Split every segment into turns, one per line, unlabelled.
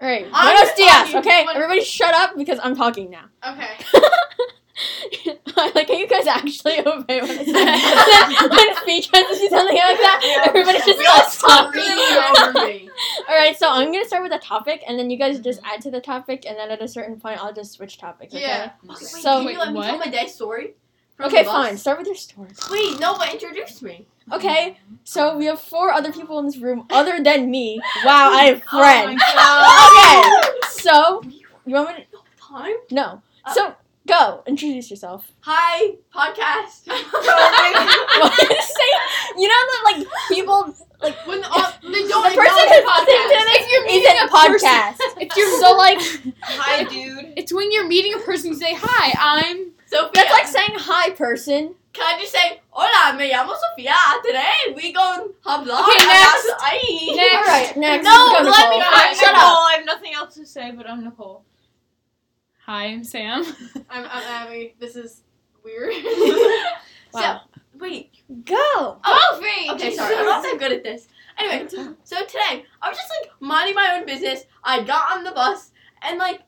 Okay,
I'm
buenos dias.
talking.
Okay,
What-
everybody, shut up because I'm talking now.
Okay.
like, can you guys actually obey what I say? when speech tries to do something like that,
Yeah.
everybody just
We all
stops talking.
scream over me.
All right, so I'm gonna start with a topic, and then you guys just add to the topic, and then at a certain point, I'll just switch topics. Okay?
Yeah.
Okay,
Wait,
So-
can
Wait,
you let me tell
what?
my dad's story? From
Okay,
the
fine.
bus?
Start with your story.
Wait, no, but introduce me.
Okay,
Mm-hmm.
so we have four other people in this room other than me. Wow, I have friends.
Oh
so you want me
Time?
to? No.
Uh,
So go introduce yourself.
Hi, podcast.
What did you say? You know that like people
when all, they don't
the person
acknowledge
who's listening to
podcast.
this is a podcast.
If you're
So like
Hi, dude.
it's when you're meeting a person, you say, Hi, I'm
Sophia.
that's like saying hi, person.
Can I just say, hola, me llamo Sofia. Today we going hablar
Okay,
about
next.
ahí."
Next.
All right, next.
No,
go,
let me-
Nicole.
Hi,
Shut
Nicole.
up.
I have nothing else to say, but I'm Nicole. Hi, I'm Sam.
I'm, I'm Abby. This is weird.
Wow.
So, wait.
Go.
Oh, wait. Okay,
Okay,
sorry. I'm
sorry.
not so good at this. Anyway, so today I was just like minding my own business. I got on the bus and like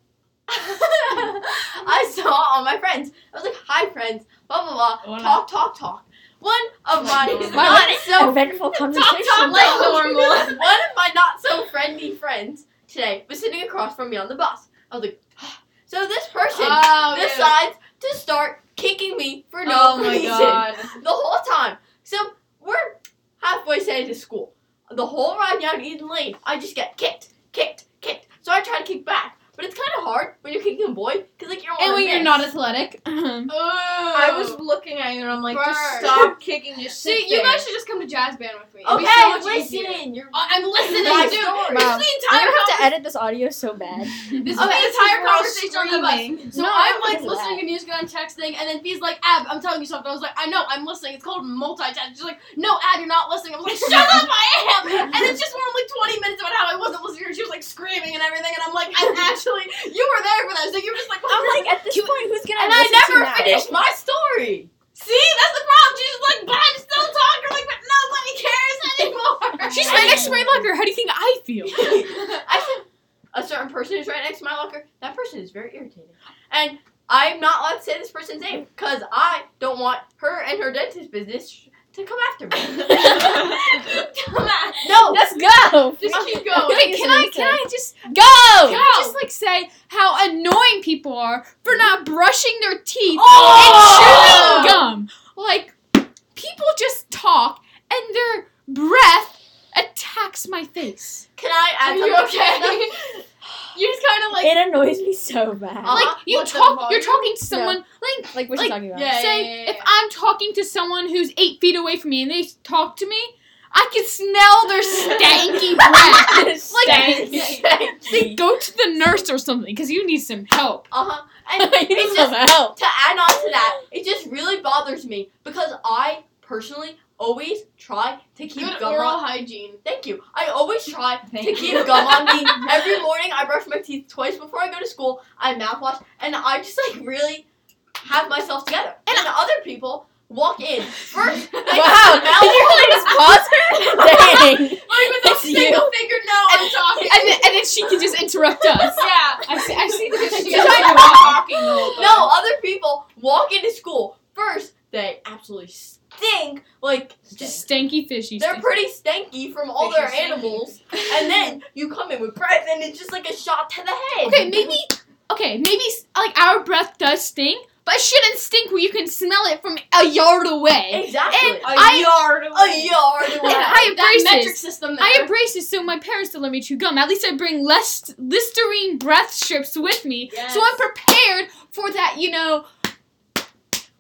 I saw all my friends. I was like, "Hi, friends." Blah blah blah.
Hola.
Talk, talk, talk. One of my
Wow,
not
that's
so
Eventful conversation.
talk,
like
talk.
normal.
one of my not so friendly friends today was sitting across from me on the bus. I was like, so this person
Oh,
decides to start kicking me for no
oh my
reason
god.
the whole time. So we're halfway sitting to school. The whole ride down Eden Lane, I just get kicked, kicked, kicked. So I try to kick back, but it's kind of hard when you're kicking a boy because like you're um,
And
on
when
the
you're
bench.
not athletic.
I was looking at you and I'm like, just
Burn.
stop kicking. Just sit
See, you
there.
guys should just come to jazz band with me. It'd be so much
okay.
easier.
listen, you're
I- I'm listening,
My
dude.
story.
This
Wow.
is the
I
entire
don't have to
conversation.
edit this audio so bad.
This is
Okay,
the
this is
entire
where I was
conversation on the bus. So
No,
I'm
I
like
don't
listening
do
to music and I'm texting, and then B's like, "Ab, I'm telling you something." I was like, "I know, I'm listening." It's called multitasking. She's like, "No, Ab, you're not listening." I was like, "Shut up, I am." And it's just more like 20 minutes about how I wasn't listening. and She was like screaming and everything, and I'm like, "And actually, you were there for that." So you're just like,
I'm like at this point, who's gonna?
and I
listen to
never
now?
finished my story.
"See, that's the problem." She's just like, "But I'm still talking." Like, but nobody cares anymore.
She's right next to my locker. How do you think I feel?
I said a certain person is right next to my locker. That person is very irritating. And I'm not allowed to say this person's name because I don't want her and her dentist business to come after me.
Come on.
no.
Let's go.
Just keep going.
Wait, can I can I just
Go.
Can I just like say how annoying people are for not brushing their teeth
Oh!
and chewing gum? Like people just talk and their breath attacks my face.
Can I add
Are you
something?
okay? You're just kind of like. uh-huh,
It annoys me so bad.
Uh,
like you
what's the
talk, you're
volume?
talking to someone. Like
like what
like,
you talking about?
yeah.
say
yeah,
if
yeah.
I'm talking to someone who's eight feet away from me and they talk to me, I can smell their stanky breath. Like they go to the nurse or something because you need some help.
Uh huh. And
you
it's
need
just
some help.
to add on to that, it just really bothers me because I personally always try to keep
good
gum
oral
on.
hygiene.
Thank you. I always try to
Thank
keep gum on me. Every morning I brush my teeth twice before I go to school. I mouthwash and I just like really have myself together. And other people walk in first. They
Wow. Did
smell-
you really just pause her? Dang.
Like with a
It's
single finger, no, I'm talking.
And then, and then she can just interrupt us.
yeah.
I see, I see the
Because
she
she's like
talking
No, other people walk into school first. They absolutely stink. Like
Just stanky fishy.
they're
stank-
pretty stanky from all their
Fishy stanky.
animals. And then you come in with breath, and it's just like a shot to the head.
okay, maybe. Okay, maybe s- like our breath does stink, but it shouldn't stink where you can smell it from a yard away.
Exactly.
And
a,
I-
yard
a yard
And
away.
I have
that metric
braces.
system there.
I have braces, so my parents don't let me chew gum. At least I bring less Listerine breath strips with me, so I'm
Yes.
prepared for that. You know,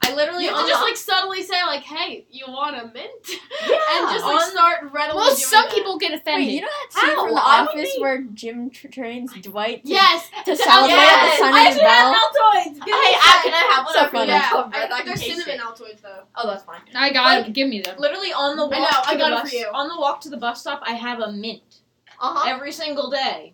I literally
You
you
have to
just
just,
like subtly say like, "Hey, you want a mint?"
Yeah.
and just like
On-
start readily.
well,
doing
some
that.
people get offended.
Wait, you know that scene
How?
from The
I would
Office
be-
where Jim tr- trains Dwight to,
Yes.
to celebrate
yes.
the
I
son of his bell?
Altoids.
Hey, Ab, can I have one?
So
I forgot
funny.
to
Yeah.
call breath. I
I,
can
they're
taste
cinnamon
it.
Altoids though.
Oh, that's fine.
I got it. Give me them.
Literally on the walk
know, I
to
got
the
it for
bus.
you.
On the walk to the bus stop, I have a mint
Uh huh.
every single day.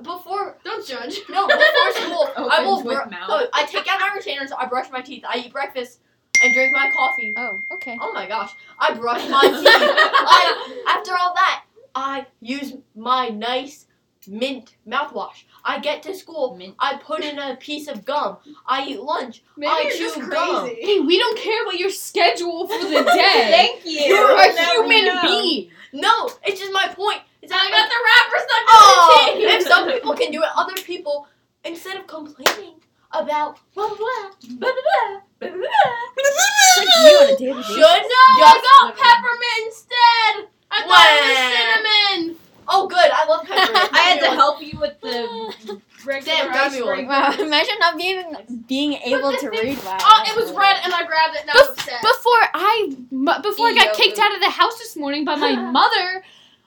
Before
Don't judge.
no, before school, I will.
Opens with
br-
mouth.
oh, I take out my retainers. I brush my teeth. I eat breakfast and drink my coffee.
Oh, okay.
Oh my gosh, I brush my teeth. I, after all that, I use my nice mint mouthwash. I get to school.
Mint.
I put in a piece of gum. I eat lunch.
Maybe
I
you're
chew
just
gum.
crazy.
Hey, we don't care about your schedule for the day.
Thank you.
You're a
Now we
human
know.
being.
No, it's just my point. It's that
I got the rapper stuck to
oh,
the team.
if some people can do it, other people, instead of complaining about blah blah blah blah blah blah, blah, blah,
It's like you on a daily
should
basis.
no,
I got peppermint instead. I thought it was cinnamon.
Oh, good, I love pepper.
I had to help you with the regular
Damn, got me one.
icebreaker.
Wow, imagine not being being able to read. Wow.
Oh, it was red, and I grabbed it, and I was upset.
Before I mu- before I got
Eat
kicked
yogurt.
out of the house this morning by my mother,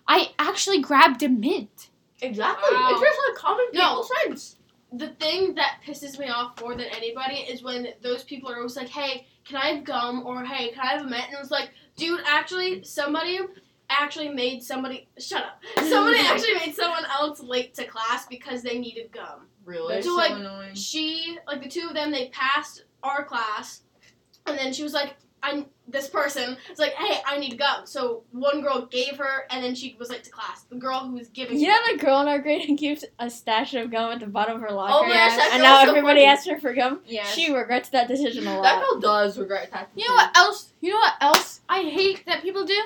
I actually grabbed a mint.
Exactly.
Wow.
It's just like common
No.
people's friends.
the thing that pisses me off more than anybody is when those people are always like, "Hey, can I have gum?" or "Hey, can I have a mint?" And it's like, dude, actually, somebody actually made somebody shut up. Somebody actually made someone else late to class because they needed gum.
They're
Really?
Just
so
like-
annoying.
She, like the two of them, they passed our class, and then she was like, "I." This person was like, "Hey, I need gum." So one girl gave her, and then she was late to class. The girl who was giving.
You know the girl in our grade who keeps a stash of gum at the bottom of her locker,
Oh my gosh, that
and
girl's
now
so
everybody
funny.
asks her for gum.
Yeah.
She regrets that decision a lot.
That girl does regret that.
You know what else? You know what else I hate that people do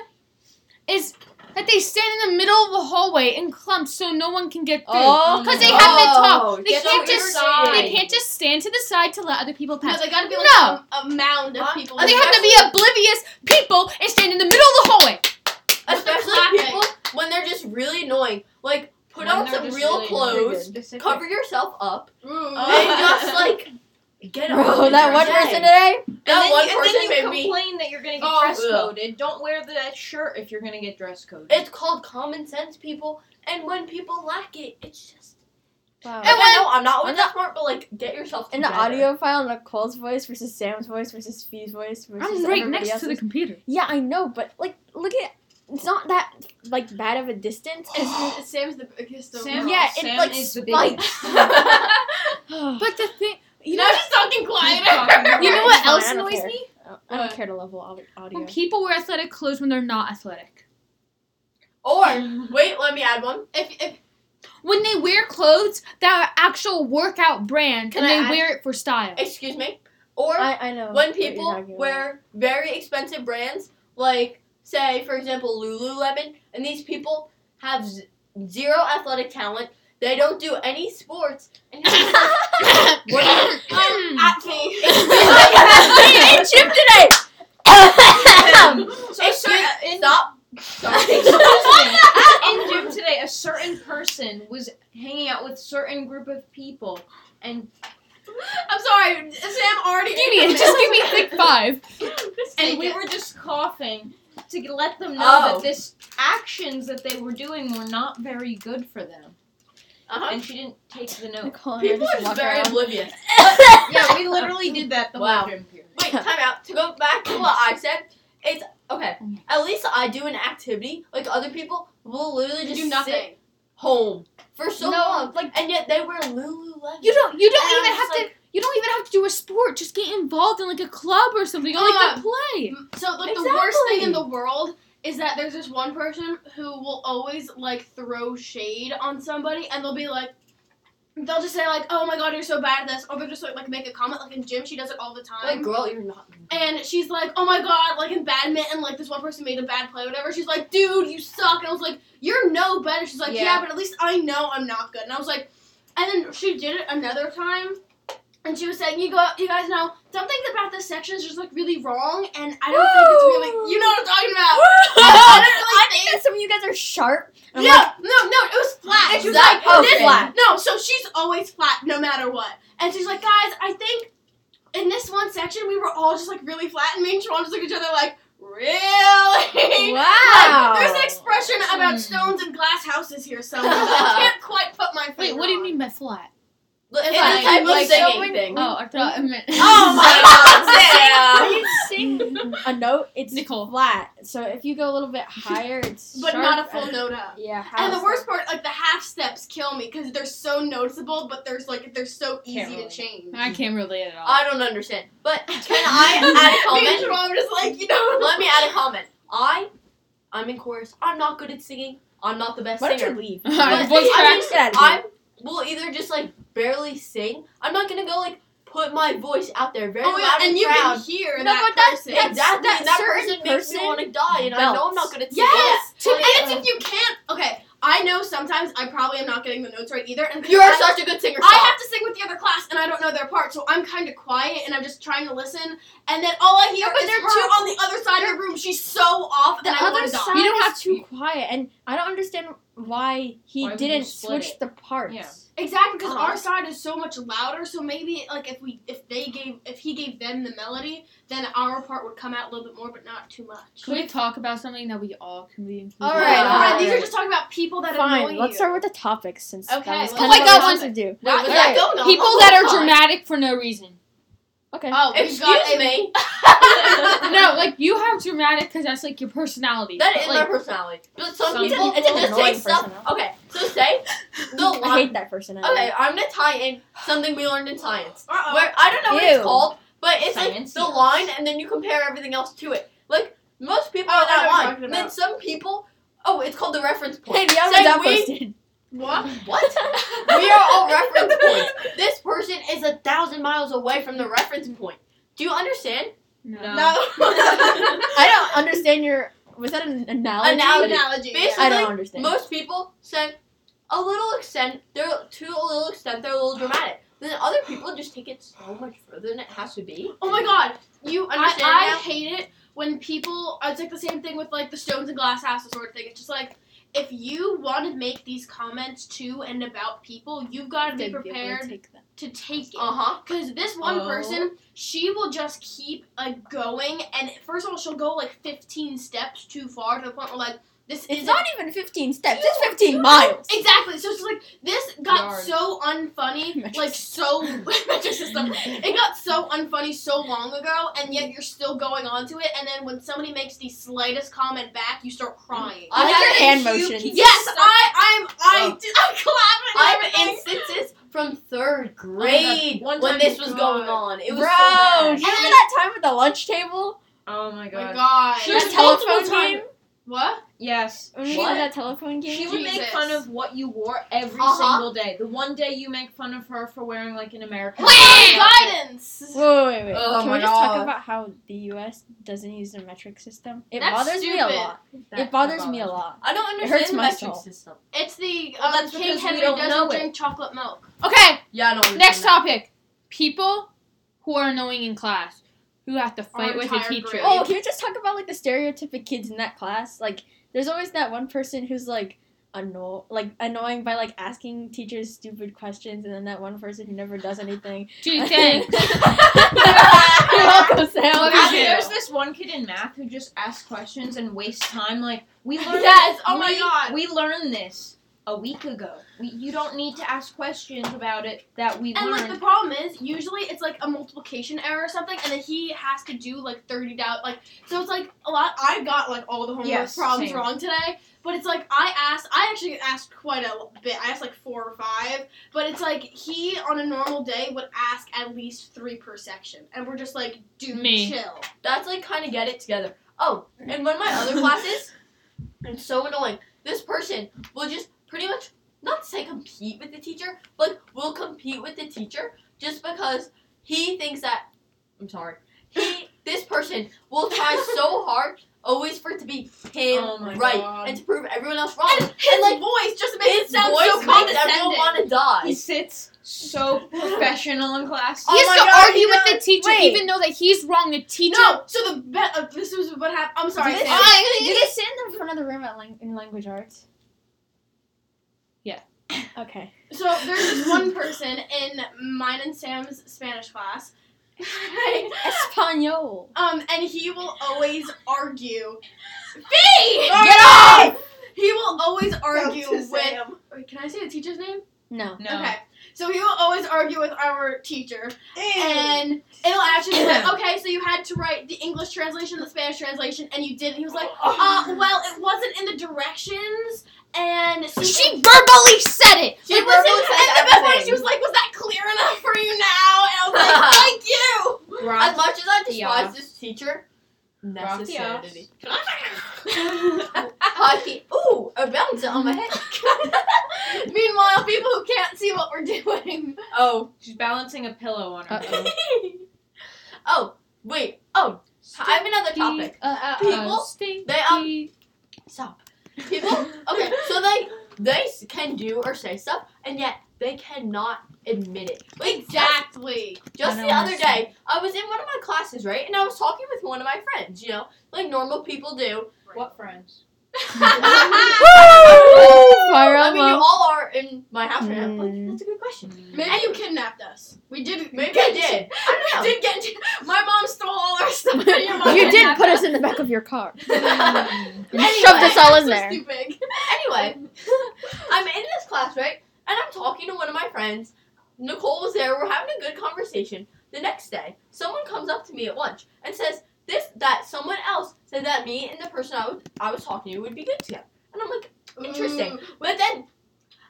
is that they stand in the middle of the hallway in clumps so no one can get through.
Oh,
Because they haven't
Oh,
talked. They
get
can't
over
just
your
they
side.
can't just stand to the side to let other people
No,
pass.
they gotta be like
No.
a, a mound of
Huh?
people.
Oh, they have to be oblivious people and stand in the middle of the hallway.
Especially
clapping.
people when they're just really annoying. Like, put
When
on
they're
some
just
real
really
clothes,
specific.
cover yourself up,
Ooh.
and just like get on
Bro,
with
that
your
one
day.
person today.
That
and then
one
you,
person
and then you
made me-
complain that you're gonna get
Oh,
dress
ugh.
coded. Don't wear that shirt if you're gonna get dress coded.
It's called common sense, people. And when people lack it, it's just.
Wow.
And I know I'm not
when
always that smart, but like, get yourself
In the
together.
audio file, Nicole's voice versus Sam's voice versus Fee's voice versus
I'm right
everybody
next to the
else's.
computer.
Yeah, I know, but like, look at it's not that like bad of a distance. It's,
Sam's the biggest.
Sam,
yeah, it
Sam
like
is the
spikes.
But the thing, you
now
know,
she's talking
talking
quieter.
you
It's
know what
fine,
else
I don't
annoys
care.
me? Uh,
I don't
What?
care to level au- audio.
When people wear athletic clothes when they're not athletic.
Or, wait, let me add one.
if, if
When they wear clothes that are actual workout brand
Can
and
I
they
add-
wear it for style.
Excuse me. Or,
I, I know.
when
what you're
people
talking about.
wear very expensive brands, like say for example Lululemon, and these people have z- zero athletic talent. They don't do any sports. And you're just like, what are you-
um, at me.
I ate chip today.
So a certain, in,
Stop. Sorry.
in gym today, a certain person was hanging out with certain group of people, and
I'm sorry, Sam already.
give me, just give me a thick five.
and
Take
we
it.
were just coughing to let them know
Oh.
that this actions that they were doing were not very good for them.
Uh-huh.
And she didn't take the note.
Nicole and I
People
just
are
walk
just very
around.
oblivious.
yeah, we literally did that the
Wow.
whole gym period.
Wait, time out. To go back to what I said, it's okay. At least I do an activity. Like other people will literally
You
just
do
sit
nothing.
home for so
No,
long,
like-
and yet they wear Lululemon.
You don't, you don't
And I'm
even have
just
to. You don't even have to do a sport. Just get involved in like a club or something, or like a
Um,
play.
So like the worst thing
Exactly.
in the world is that there's this one person who will always like throw shade on somebody, and they'll be like. They'll just say like, "Oh my God, you're so bad at this," or they'll just like, like make a comment. Like in gym, she does it all the time.
like, girl, you're not.
And she's like, oh my god, like in badminton, like this one person made a bad play, or whatever. She's like, dude, you suck. And I was like, you're no better. She's like, yeah.
Yeah.
but at least I know I'm not good. And I was like, and then she did it another time. And she was saying, you go, you guys know, some things about this section is just like really wrong, and I don't think it's really, you know what I'm talking about. I don't really
I think that some of you guys are sharp. and I'm
no,
like,
no, no, it was flat.
And
she was
Exactly.
like,
Oh,
this,
flat.
No, so she's always flat no matter what. And she's like, guys, I think in this one section we were all just like really flat, and me and Siobhan just look at each other like, really?
Wow.
Like, there's an expression about
Hmm.
stones and glass houses here somewhere. that I can't quite put my
Wait,
finger.
what do you
on.
mean by flat?
It's
It's
a
like-
type
like
of singing
someone-
thing.
Oh, I thought I meant.
Oh my
When you sing a note, it's
Nicole.
flat. So if you go a little bit higher, it's
But
sharp
not a full
and-
note up.
Yeah. how
And the
is
worst part, like the half steps, kill me because they're so noticeable, but there's like they're so easy
Can't
to
relate.
change.
I can't relate at all.
I don't understand. But can I add a
Me
comment?
and Siobhan were just like, you know,
Let me add a comment. I, I'm in chorus. I'm not good at singing. I'm not the best
Why don't
singer.
you leave?
But
Voice
I mean,
cracks.
Get out of
I
here.
will either just like barely sing. I'm not gonna go like put my voice out there very
Oh, yeah,
loud
and you
proud.
can hear
No,
that
but that's-
person.
that's-
exactly.
that
and that
certain
person makes me
person
want to die, and I know I'm not gonna.
Yes!
To
and it's if you can't. Okay, I know sometimes I probably am not getting the notes right either. And
you are
I,
such a good singer.
I
stop.
have to sing with the other class, and I don't know their part, so I'm kind of quiet, and I'm just trying to listen. And then all I hear
but
is
they're
her on the other side of the room. She's so off,
The
and I
other
want to
side
die.
You don't have
is
to-
too quiet, and I don't understand why he
Why would you
didn't
split
switch
it?
the parts.
Yeah.
Exactly, because
Uh-huh.
our side is so much louder. So maybe like if we if they gave if he gave them the melody, then our part would come out a little bit more, but not too much.
Can we talk about something that we all can be included?
All
All
right,
right, all right.
alright.
These are just talking about people that annoy
Fine.
you.
Let's start with the topics since
Okay,
that was
well,
kind
oh my
of
God,
what
one
we to do.
Wait, was
All
that
right.
going on?
People
the
that
whole
are
time?
dramatic for no reason.
Okay.
Oh, we've got
Excuse
a-
me.
No, like you have dramatic because that's like your personality.
That
but,
is
like,
my personality. But some,
Some
people,
people-
just say
Annoying
stuff.
personality.
Okay, so say the
I
line.
hate that person.
Okay, I'm gonna tie in something we learned in science.
Uh-oh.
Where I don't know what
Ew.
it's called, but it's
Science,
like the
yes.
line, and then you compare everything else to it. Like most people
Oh,
are
I know what you're
that line.
talking
And then
about.
some people. Oh, it's called the reference point.
Hey, yeah,
Say
that
we-
posted.
What?
What? we are all reference points. This person is a thousand miles away from the reference point. Do you understand?
no.
No.
I don't understand your. Was that an analogy?
Analogy.
analogy.
Basically,
I don't understand.
Most people say a little extent, they're to a little extent, they're a little dramatic. Then other people just take it so much further than it has to be.
Oh my god, you
Understand
I, I
now?
hate it when people. It's like the same thing with like the Stones and Glass House sort of thing. It's just like if you want to make these comments to and about people, you've got to be
Didn't able to
prepared
take that.
to take it.
Uh huh.
Because this one
Oh.
person, she will just keep like going, and first of all, she'll go like 15 steps too far to the point where like this
It's
is
not even 15 steps.
You-
It's 15
you-
miles.
Exactly. So it's like this got
Yards.
so unfunny,
Metric
like so metric system. It got so unfunny so long ago, and yet you're still going on to it. And then when somebody makes the slightest comment back, you start crying.
I like
had
your
an
hand
issue-
motions.
yes, I, I'm, I,
Oh.
did- I'm clapping.
I
and
have
everything.
instances from third
Oh
grade
One
when
time-
this was
God.
going on. It was
Bro,
so bad.
remember that time at the lunch table?
Oh
Oh my
my
god.
God.
She
That
There's
That's-
multiple
telephone
times-
game?
what?
Yes.
When we
What?
did that telephone game?
She would make
Jesus.
fun of what you wore every
Uh-huh.
single day. The one day you make fun of her for wearing like an American.
Wait!
Guidance.
Wait, wait, wait.
Oh
Can
my
we just talk
God.
about how the U.S. doesn't use the metric system? It
That's
bothers me a
stupid.
lot. it bothers me a lot.
I don't
It
understand
hurts
the
my
metric
soul.
system.
It's the
Well,
um,
that's
King
because we
Henry
don't
doesn't
know it.
drink chocolate milk.
Okay,
Yeah, I don't understand.
next
that.
topic. People who are annoying in class, who have to fight with a
entire
teacher.
grade.
Oh, can we just talk about like the stereotype of kids in that class? Like, there's always that one person who's like anno- like annoying by like asking teachers stupid questions, and then that one person who never does anything.
Oh
Gee, thanks.
You're welcome,
Love
Sam.
you.
Actually,
do.
there's this one kid in math who just asks questions and wastes time. Like we learned.
Yes, oh my
we-
God.
We learned this a week ago. We, you don't need to ask questions about it that we
And like
learned.
the problem is, usually it's like a multiplication error or something, and then he has to do like thirty doubt like so it's like a lot. I got like all the homework
Yes,
problems
same.
wrong today, but it's like I asked. I actually asked quite a bit. I asked like four or five, but it's like he on a normal day would ask at least three per section, and we're just like, dude,
Me.
chill.
That's like kind of get it together. Oh, and one of my other classes, it's so annoying. This person will just pretty much not say compete with the teacher, but will compete with the teacher just because he thinks that. I'm sorry. He this person will try so hard always for it to be him
Oh my
right
God.
and to prove everyone else wrong.
And his
like,
voice just makes it sound
voice
so
makes everyone
condescending.
want to die.
he sits so professional in class.
Oh
he has
my
to
God,
argue
he
with the
does.
teacher,
Wait.
even though that he's wrong. The teacher.
No, so the be- uh, this is what happened. I'm sorry.
This-
Sam.
Oh,
Do they sit in the front of the room at lang- in language arts?
Yeah.
Okay.
So there's this one person in mine and Sam's Spanish class.
Espanol.
um, and he will always argue.
Fee!
Get off! He will always argue with. Wait, can I say the teacher's name?
No.
No.
Okay. So he will always argue with our teacher, and it'll actually be like, okay, so you had to write the English translation, the Spanish translation, and you didn't. He was like, uh, well, it wasn't in the directions, and so-
She verbally said it.
It was
verbally
in-
said
and the best part is
everything.
she was like, "Was that clear enough for you now?" And I was like, "Thank you."
As much as I despise
Yeah.
this teacher,
Rock the
necessity.
ass.
I keep, ooh, a bouncer on my head.
Meanwhile, people who can't see what we're doing.
oh,
She's balancing a pillow on her
Uh-oh.
head.
oh, wait, oh, I have another topic.
Uh,
People, they, um, stop. People, okay, so they, they s- can do or say stuff, and yet they cannot admit it. Like, just-
Exactly.
Just
I
the
don't
other
understand.
day, I was in one of my classes, right? And I was talking with one of my friends, you know, like normal people do.
What friends?
Fire
I mean, you
elbow.
all are in my house right now. Like,
Mm.
that's a good question.
Maybe you kidnapped us. We did.
Maybe I did. I
We
don't know.
did get. My mom stole all our stuff. and your mom
You did
kidnapped
put us in the back of your car. You
Anyway.
shoved us all in
So
there.
stupid.
Anyway, I'm in this class, right? And I'm talking to one of my friends. Nicole was there. We're having a good conversation. The next day, someone comes up to me at lunch and says this that someone else said that me and the person I was I was talking to would be good together. And I'm like, Interesting.
Ooh.
But then,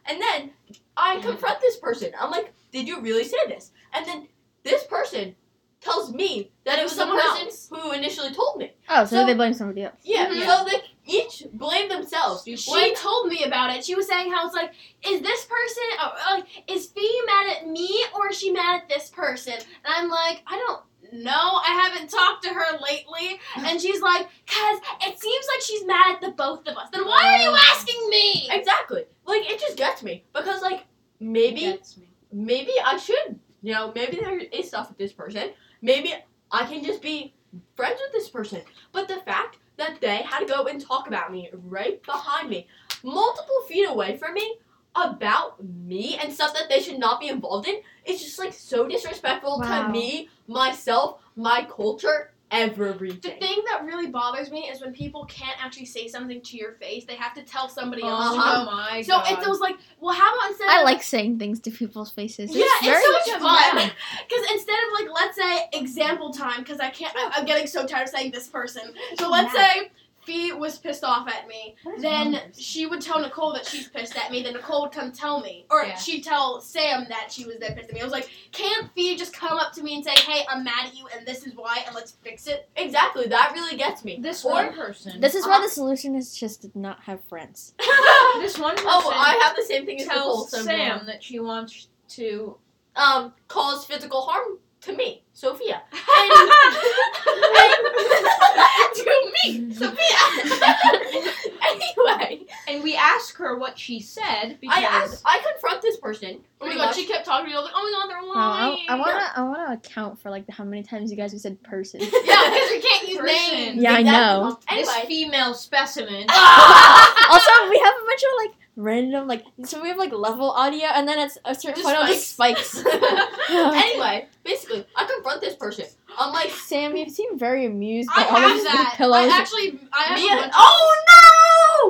and then I confront this person. I'm like, did you really say this? And then this person tells me that it was the
Someone
person
else.
who initially told me.
Oh, so,
So-
they blame somebody else.
Yeah,
Mhm.
so they each blame themselves.
She
When-
told me about it. She was saying how it's like, is this person uh, like is Fee mad at me or is she mad at this person? And I'm like, I don't know. I haven't talked to her lately. And she's like, cause it seems like she's mad at the both of us. Then why are you asking me?
exactly. Like, it just gets me. Because, like, maybe,
That's me.
maybe I should, you know, maybe there is stuff with this person. Maybe I can just be friends with this person. But the fact that they had to go and talk about me right behind me, multiple feet away from me, about me and stuff that they should not be involved in, is just like so disrespectful
Wow.
to me, myself, my culture,
The
everything.
thing that really bothers me is when people can't actually say something to your face. They have to tell somebody
Uh-huh.
else. to
Oh
go.
my
So
god.
it's those like, well, how about instead?
I
of-
like saying things to people's faces.
Yeah, it's
very
so much
Yeah.
fun. Because instead of like, let's say example time, because I can't, I, I'm getting so tired of saying this person. So let's say Fee was pissed off at me. Then she would tell Nicole that she's pissed at me. Then Nicole would come tell me, or
Yeah.
she'd tell Sam that she was then pissed at me. I was like, can't Fee just come up to me and say, hey, I'm mad at you, and this is why, and let's fix it?
Exactly, that really gets me.
this
Or-
one person.
This is why the solution is just to not have friends.
oh,
this one person.
I have the same thing as Nicole.
tells
so-
Sam that she wants to.
um, cause physical harm to me, Sophia. And-
And- to me, Sophia.
anyway,
And we ask her what she said because
I asked, I confront this person.
oh my god, she kept talking to me. I was like, oh my god, they're
Wow, I,
lying.
I wanna I wanna account for like how many times you guys have said person.
yeah, because we can't use
Person.
names.
Yeah, I know.
this
Anyway,
female specimen.
also, we have a bunch of like random like so we have like level audio and then at a certain
Just
point it'll just spikes.
anyway, basically, I confront this person. I'm like,
Sam, you seem very amused
I
by all of
have
the
that.
pillows.
I actually, I have
"Me-
a bunch of-
oh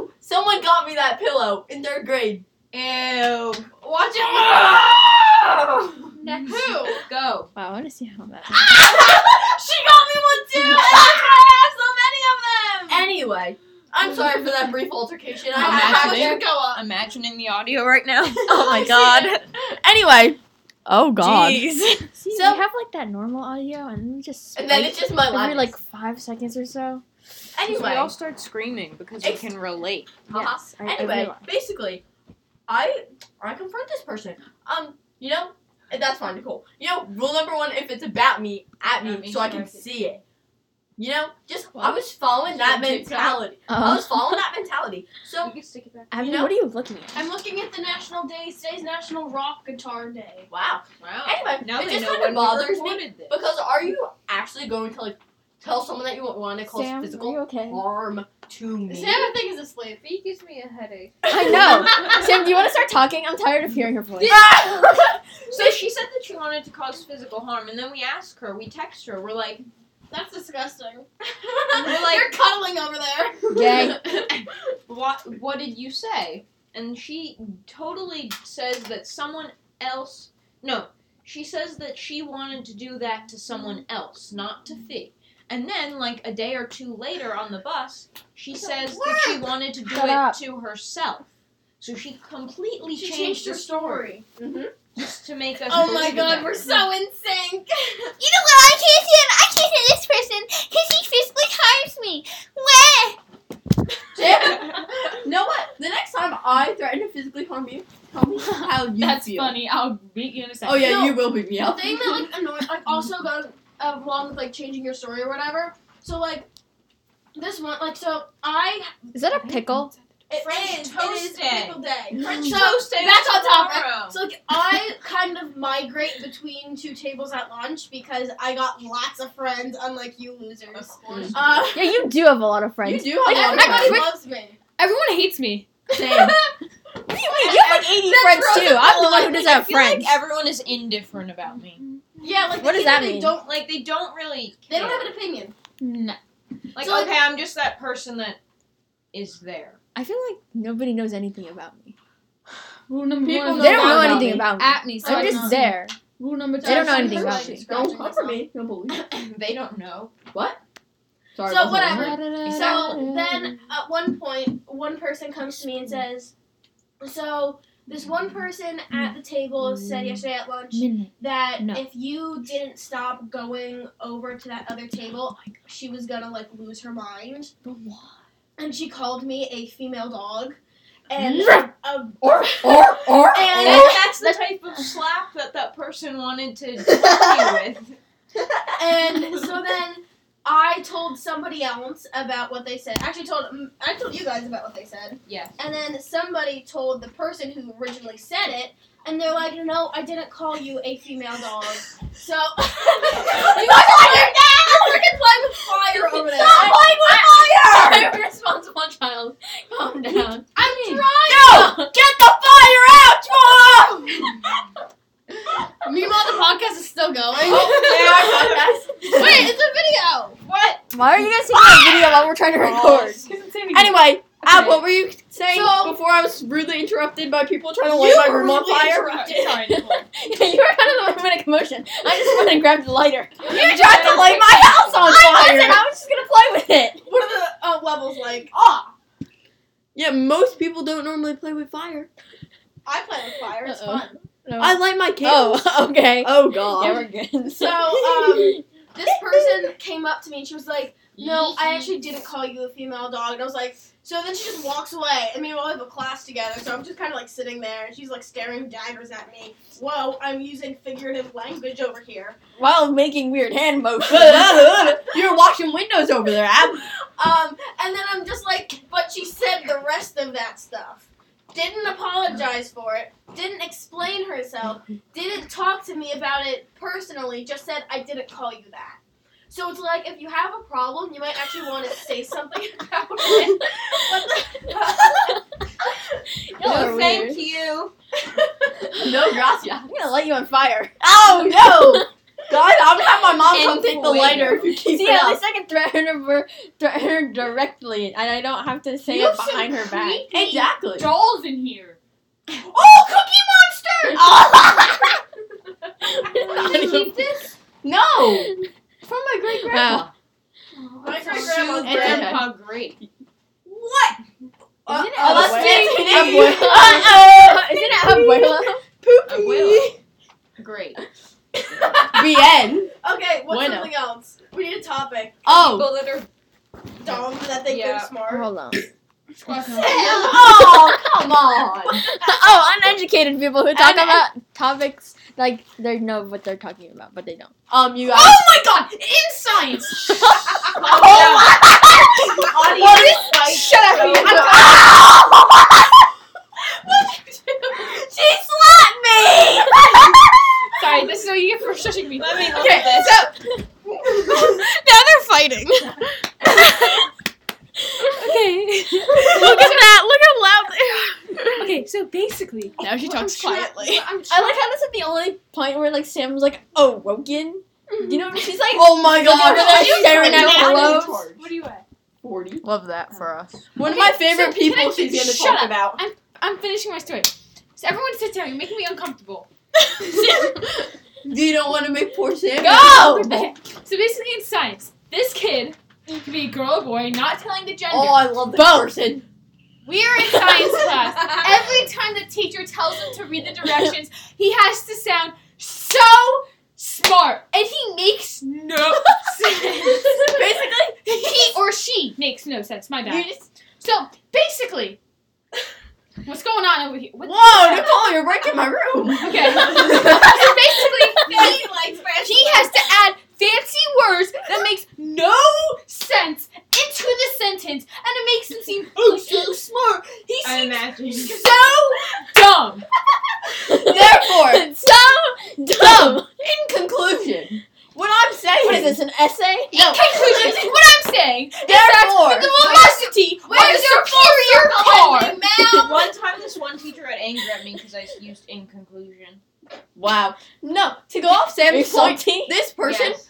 no! Someone got me that pillow in third grade.
Ew.
Watch it.
she
Next.
Who?
Go.
wow, I wanna see how that
got me one too. and that's why I have so many of them. Anyway, I'm sorry for that brief altercation. I
I'm
had
actually-
to go up.
Imagining the audio right now.
Oh my god. anyway. Oh god. See,
So-
we have like that normal audio and then we just
And then
spike
it's just my
every
life.
like five seconds or so.
anyway.
start screaming because
we Ex- can
relate.
Uh-huh.
Yes, I- I
anyway,
realize.
basically, I I confront this person. Um, you know, eh, that's fine, Nicole. You know, rule number one: if it's about me, at
At
me,
me,
so I
so I
can
can-
see it. You know, just I
Wow.
was following that
Should I take that?
mentality. I
Uh,
was following that mentality. So
can stick it back.
Abby,
know-
what are you looking at?
I'm looking at the national days. Today's National Rock Guitar Day.
wow.
Wow.
Anyway,
Oh, now
it
they
just
know
kind
when
of bothers
we
me
recorded this.
because are you actually going to like tell someone that you want to cause
Sam, are you
physical
okay?
harm to me?
Sam, I think, is asleep.
He gives me a headache.
I know. Sam, do you want to start talking? I'm tired of hearing her voice.
So she said that she wanted to cause physical harm, and then we ask her, we text her, we're like,
That's disgusting.
We're like-
You're cuddling over there.
Yay.
what What did you say? And she totally says that someone else. No, she says that she wanted to do that to someone else, not to Fee. And then, like a day or two later on the bus, she says that she wanted to do
Shut
it
up.
to herself. So she completely
She
changed,
changed
her
her
story
Mhm.
Mm-hmm.
just to make us.
Oh
believe
my god,
it.
we're so in sync.
You know what? I can't stand. I can't stand this person because he physically harms me. Wah!
Sam, how you
That's
feel.
funny. I'll beat you in a second.
Oh yeah,
No.
you will beat me
The
up.
thing that like annoys, like also goes along with like changing your story or whatever. So like this one, like so I
Is that a pickle?
it,
French
it is
Toast Day.
Pickle Day. French
So,
Toast Day. That's on top. Right?
tomorrow.
So like I kind of migrate between two tables at lunch because I got lots of friends, unlike you losers.
Of course.
Uh,
Yeah, you do have a lot of
You
friends.
do have
Like,
a lot of
I got
everybody
friends.
quick-
loves me.
Everyone hates me.
Same.
What do you mean? You have like 80 friends too. I'm the one who doesn't
I
have
feel
friends.
Like everyone is indifferent about me.
Yeah, like
What
they
does that
really
mean?
Don't
Don't like they don't really.
they don't
care.
have an opinion.
No.
Like
So, like-
okay, I'm just that person that is there.
I feel like nobody knows anything about me.
Rule number
People
one.
know
They don't know
about me.
anything about me.
At me, so
I'm
I
just
don't-
there.
Rule number two.
They don't know
Sorry,
anything
I'm
about
sorry,
me.
Don't
scratching
cover
myself.
me. Don't believe. it.
they don't know.
What? Sorry,
So
wasn't
whatever.
listening.
So then at one point, one person comes to me and says, So this one person at the table said yesterday at lunch
Midnight.
that
No.
if you didn't stop going over to that other table, she was gonna like lose her mind. And she called me a female dog. And a,
Or or or
And-
or.
And that's the type of slap that that person wanted to hit you with.
and so then I told somebody else about what they said. Actually, told mm, I told you guys about what they said.
Yes.
And then somebody told the person who originally said it, and they're like, "No, I didn't call you a female dog." So you guys are like, "You're freaking playing with fire over there."
Stop playing with fire!
I'm a responsible child. Calm down.
I mean,
No! Get the fire out, Joel!
Meanwhile, the podcast is still going.
Oh,
Wait, it's a video.
What?
Why are you guys taking a video while we're trying to record?
Anyway, Ab, what were you saying
So-
before I was rudely interrupted by people trying to light my room on fire?
Sorry, Nicole.
you were kind of the one who made a commotion. I just went and grabbed the lighter.
You tried to light my house on
I
fire!
wasn't. I was just gonna play with it.
What are the uh, levels like?
Ah. Yeah, most people don't normally play with fire.
I play with fire. It's
Uh-oh.
fun.
I light my candles.
Oh, okay.
Oh, god.
Yeah, we're good.
So, um, this person came up to me and she was like, No, I actually didn't call you a female dog. And I was like, So then she just walks away. I mean, we all have a class together, so I'm just kind of like sitting there and she's like staring daggers at me. Whoa, I'm using figurative language over here.
while making weird hand motions.
You're washing windows over there, Ab.
Um, and then I'm just like, But she said the rest of that stuff. Didn't apologize for it. Didn't explain herself. Didn't talk to me about it personally. Just said, I didn't call you that. So it's like if you have a problem, you might actually want to say something about it.
Y'all are
No, thank
weird.
you.
No, gracias.
I'm gonna light you on fire.
Oh, no! God, I'm gonna have my mom
And
come take the
fuego.
lighter if you keep
See,
it
at
up.
least I can threaten her, threaten her directly, and I don't have to say
You
it behind
some
her back.
creep.
Exactly.
Dolls in here.
Oh, Cookie Monster!
Did you keep this?
no! From my great grandpa.
Wow.
My
It's a
grandma's
shoe
brand.
brand. How great.
What?
Uh, Isn't it
uh,
Abuela?
let's take it easy.
Abuela. Isn't
Uh-oh.
it Abuela?
Poopy.
Great.
The end.
Okay, what's
Bueno.
something else? We need a topic.
Oh.
People that are
Dom, that they
Yeah.
think they're smart.
Hold on.
Oh, come on.
oh, uneducated people who talk
And-
about topics like they know what they're talking about, but they don't.
Um, you guys.
Oh my god! In science!
Oh,
Oh
Audience fight. Shut up.
so
you-
bad.
she slapped me.
Sorry, this is what you get for shushing me.
Let me look
Okay,
at this.
so
now they're fighting.
Okay.
look at that. Look how loud they are. Okay, so basically, now she talks
I'm sure-
quietly.
I'm sure-
I like how this is the only point where like Sam was like, "Oh, Woken." Do you know what she's like?
oh my
Look
god,
over there, staring
now
at
I'm
pillows.
in charge.
What are you at?
Forty.
Love that for us.
One of
Okay,
my favorite
so can I
people
just-
she's gonna
shut
talk
up.
about.
I'm finishing my story. So everyone sit down. You're making me uncomfortable.
You don't want to make poor Sam.
Go! So basically, in science, this kid could be a girl or boy, not telling the gender.
Oh, I love that person.
We're in science class. Every time the teacher tells him to read the directions, he has to sound so smart, and he makes no sense.
Basically,
he or she makes no sense. My bad.
you just
So basically, What's going on over here? What
Whoa, Nicole, you're breaking my room.
Okay. So basically, he,
like
he has to add fancy words that makes no sense into the sentence, and it makes him seem oh so smart. He
I
seems
imagine.
so dumb.
Therefore,
So dumb.
in conclusion, what I'm saying
What is this, an essay?
In conclusion, what I'm saying is that
Therefore,
the velocity
where's
of your carrier car.
one time, this one teacher got angry at me because I used in conclusion.
Wow. No, to go off Sammy's point,
salty?
this person,
Yes.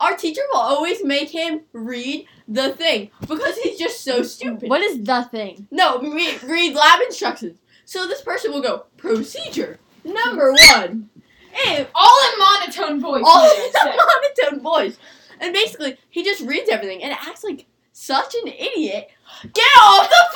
our teacher will always make him read the thing because he's just so stupid.
What is the thing?
No, re- read lab instructions. So this person will go procedure number one, and
All in monotone voice.
all
you
in
would say.
a monotone voice, and basically he just reads everything and acts like such an idiot. Get
Oh,
off the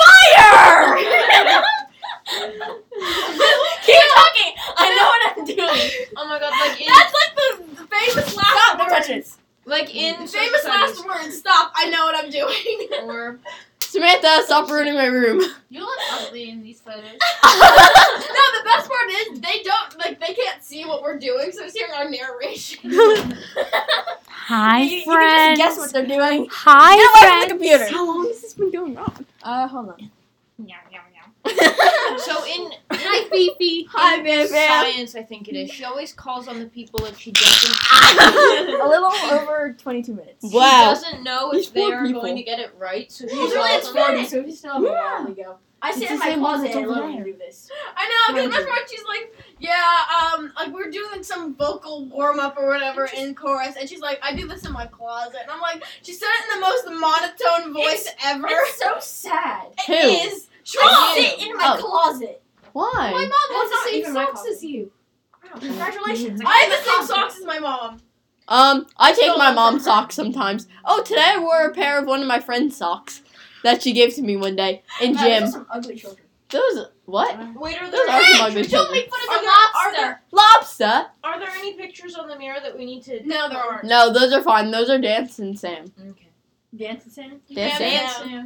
fire! Keep talking. I know what I'm doing.
Oh my god, like in
That's like the famous last Stop the touches.
like in
Famous
social
last
studies
words. Stop. I know what I'm doing.
or
Samantha, stop ruining my room.
You look ugly in these photos.
No, the best part is they don't like they can't see what we're doing, so it's hearing our narration.
Hi, you, friends. You can just guess what they're doing. Hi, friends. the computer. How long has this been going on? Uh, hold on.
so in
Hi, Fifi.
Hi,
in
baby.
science, I think it is. She always calls on the people that she doesn't.
A little over 22 minutes.
She doesn't know
These
if they
poor
are
people.
going to get it right, so she
Well, really,
calls
it's
on them.
funny.
so we still have a while to go.
I
It's
sit
the
in my
same ones
closet
that's
and
over
let
there.
her do this. I know, because the best part she's like, yeah, um, like we're doing like some vocal warm up or whatever in chorus, and she's like, I do this in my closet, and I'm like, she said it in the most monotone voice ever.
It's so sad.
It
Who?
is.
I
Trump.
do.
sit in my
Oh.
closet.
Why?
My mom
That's
has
not
the same
even my
socks
closet.
as you.
Congratulations. I have the same socks as my mom.
Um, I take
Stolen
my
from
mom's
her.
socks sometimes. Oh, today I wore a pair of one of my friend's socks that she gave to me one day in
Wow, those are
gym.
some ugly children.
Those what?
Wait, are
Those
there
are
any,
some ugly
Don't
children.
make fun
Are
of the
there- are
lobster.
Lobster?
are there any pictures on the mirror that we need to?
No, there aren't.
No, those are fine. Those are dancing Sam.
Okay.
Dancing Sam?
Dance
Yeah,
Sam.
yeah.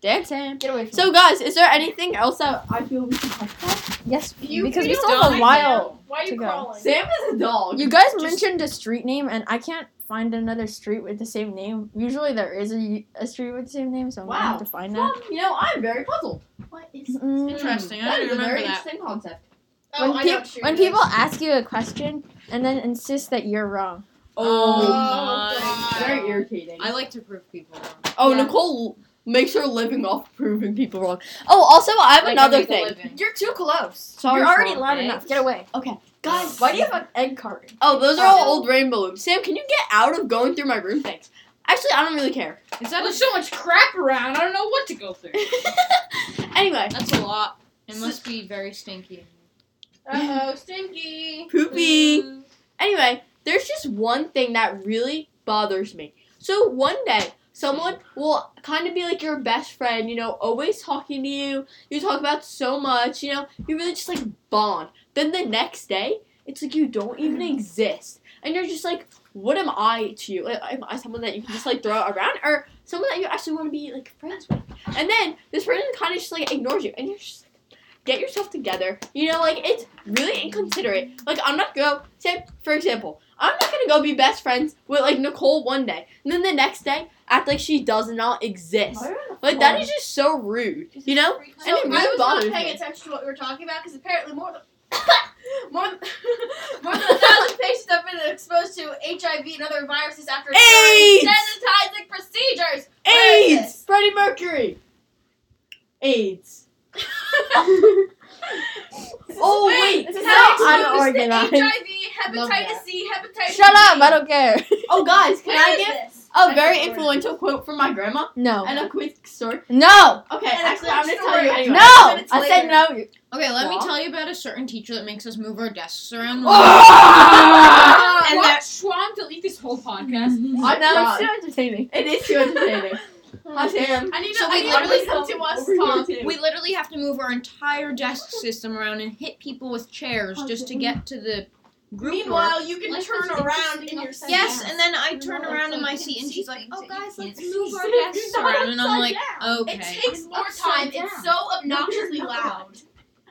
Dance Sam.
Get away from
So guys, is there anything else that I feel we can talk about?
Yes,
You-
because
you
we
don't
still have a
like
while.
Why are
to
you
go.
crawling?
Sam is a dog.
You guys mentioned a street name, and I can't find another street with the same name. Usually there is a, a street with the same name, so I'm gonna
Wow.
have to find that.
Well, you know, I'm very puzzled.
What is
Mm.
Interesting. I
That
didn't
is a
remember
very
that.
interesting concept.
Oh,
when
I
peop-
know what you're
when
doing.
people ask you a question and then insist that you're wrong.
Oh,
Oh,
God.
very irritating.
I like to prove people wrong.
Oh,
Yeah.
Nicole makes her living off proving people wrong. Oh, also, I have
Like,
another
make a
thing.
living.
You're too close.
Sorry,
you're already
Sean.
loud
right?
enough. Get away.
guys.
Why do you have an egg carton?
Oh, those are all old rainbow loops. Sam, can you get out of going through my room? Thanks. Actually, I don't really care.
Is that there's so much crap around? I don't know what to go through.
Anyway,
That's a lot. It must be very stinky.
Uh oh, stinky.
poopy. Anyway, there's just one thing that really bothers me. So one day, someone will kind of be like your best friend, you know, always talking to you. You talk about so much, you know, you really just like bond. Then the next day, it's like you don't even exist. And you're just like, what am I to you? Like, am I someone that you can just like throw around or someone that you actually want to be like friends with? And then this person kind of just like ignores you and you're just like, get yourself together. You know, like it's really inconsiderate. Like I'm not gonna say, for example, I'm not gonna go be best friends with like Nicole one day, and then the next day act like she does not exist. Like that is just so rude, you know.
So
And it
I
really
was not
bothers
paying
me.
attention to what we were talking about because apparently more than more than, more than a thousand patients have been exposed to HIV and other viruses after
AIDS!
sanitizing procedures. Where is
AIDS,
this?
Freddie Mercury. AIDS. Oh wait,
This is
no,
how
I'm
exposed to
unorganized.
HIV,
Love
hepatitis
that.
C, hepatitis
Shut up!
B.
I don't care.
Oh guys, can
Where
I
is
give
this?
a very influential quote from my grandma
No.
and a quick story?
No.
Okay,
And a
actually, I'm gonna
quick
tell you
story.
anyway.
No.
minutes
I said
later.
no. You-
Okay, let
Law?
me tell you about a certain teacher that makes us move our desks around.
Oh!
and
And
what?
that-
Schwam, Uh, delete this whole podcast.
I know.
No, it's too entertaining.
It is too entertaining. Hi, Sam.
I need to
So
I
we
need
literally
to listen to us
Over here,
talk.
too.
We literally have to move our entire desk system around and hit people with chairs
Oh,
just to get to the group. work.
Meanwhile, you can
Life
turn
is interesting
around in your
upside
Yes,
Yeah.
and then I turn
Well,
around
so
in
you
my
can
seat and
see
she's like,
things
"Oh,
that you
guys,
can't
let's
see."
move our
You're
desks
not
around," and I'm like,
It
"Okay."
takes more
Upside
time. It's
down.
so obnoxiously
not.
loud.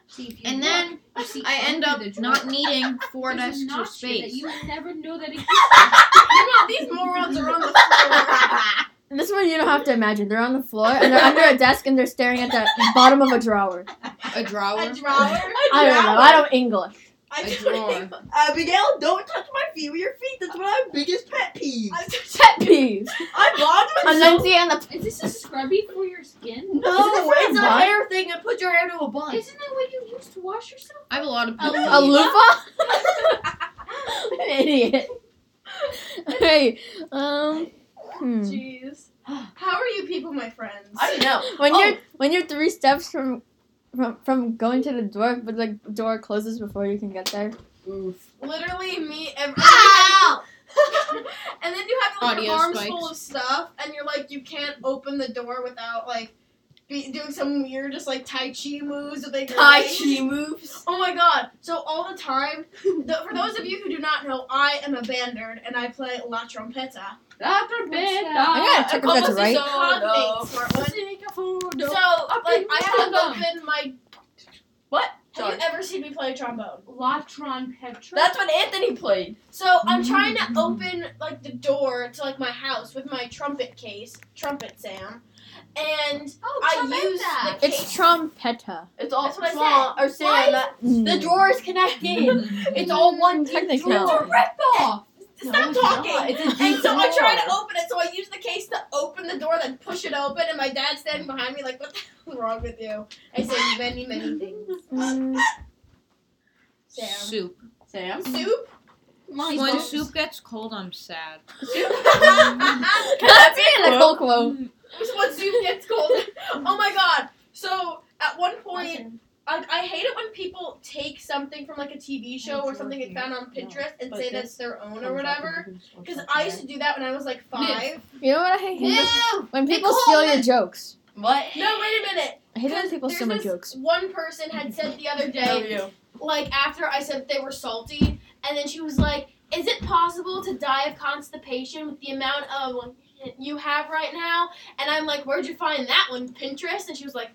See if you
And
look,
then
you see
I end
under
up
the drawer.
not needing four
There's a
desks or
notch here that
space.
You would never know that existed.
These morons are on the floor.
And this one you don't have to imagine. They're on the floor and they're under a desk and they're staring at the bottom of a drawer.
a drawer.
A drawer?
I don't know. I don't English.
I
A
don't
drawer.
even-
Abigail, don't touch my feet with your feet. That's one of my biggest pet peeves.
I'm so-
Pet peeves.
I'm blonde with no,
Enunciate on the.
Is this a scrubby for your skin?
Isn't it
no, it's
for a
a
bun?
hair thing that puts your hair to a bun.
Isn't that what you used to wash yourself?
I have a lot of
A
pet
A
peeves.
loofah? What an idiot. Hey, um, hmm.
Jeez. How are you people, my friends?
I don't know.
when
Oh.
you're when you're three steps from from from going to the door, but the door closes before you can get there.
Literally, me and
Ow!
and then you have like
Audio
your arms
spikes.
full of stuff, and you're like, you can't open the door without like be doing some weird, just like Tai Chi moves with like your
Tai
legs.
Chi moves.
Oh my god! So all the time, th for those of you who do not know, I am a band nerd and I play La Trompeta.
After bed,
I gotta check if that's right.
Oh,
Cognates for one. So like I have to open my. What? Have you
Sorry.
ever seen me play a trombone?
Latron Petra.
That's what Anthony played.
So I'm trying to open like the door to like my house with my trumpet case, trumpet Sam, and
oh,
I use the case.
It's trompeta.
It's all
That's what I
small. Or
Why
Sam, that, the
Mm.
drawer is connected. it's all one deep
Technically.
drawer.
ripoff.
Stop talking.
It's a
and
deep
so I try
drawer.
to open it. So I use the case to open the door, then push it open, and my dad's standing behind me like, "What the hell's wrong with you?" I say many, many things.
Mm.
Sam.
Soup.
Sam.
Soup.
Mine's
when
not-
soup gets cold, I'm sad.
That's it. That's all quote.
Just when soup gets cold. Oh my god. So at one point, I, I hate it when people take something from like a TV show or something they found on Pinterest and say that's their own or whatever. Because I used to do that when I was like five.
You know what I hate?
Ew.
When
They
people
call
steal your
it-
jokes.
What?
No, wait a minute.
I hate it when
Because
people steal
there's
my
this
jokes.
One person had said the other
How are
day,
you?
like after I said they were salty, and then she was like, "Is it possible to die of constipation with the amount of you have right now?" And I'm like, "Where'd you find that one? Pinterest?" And she was like,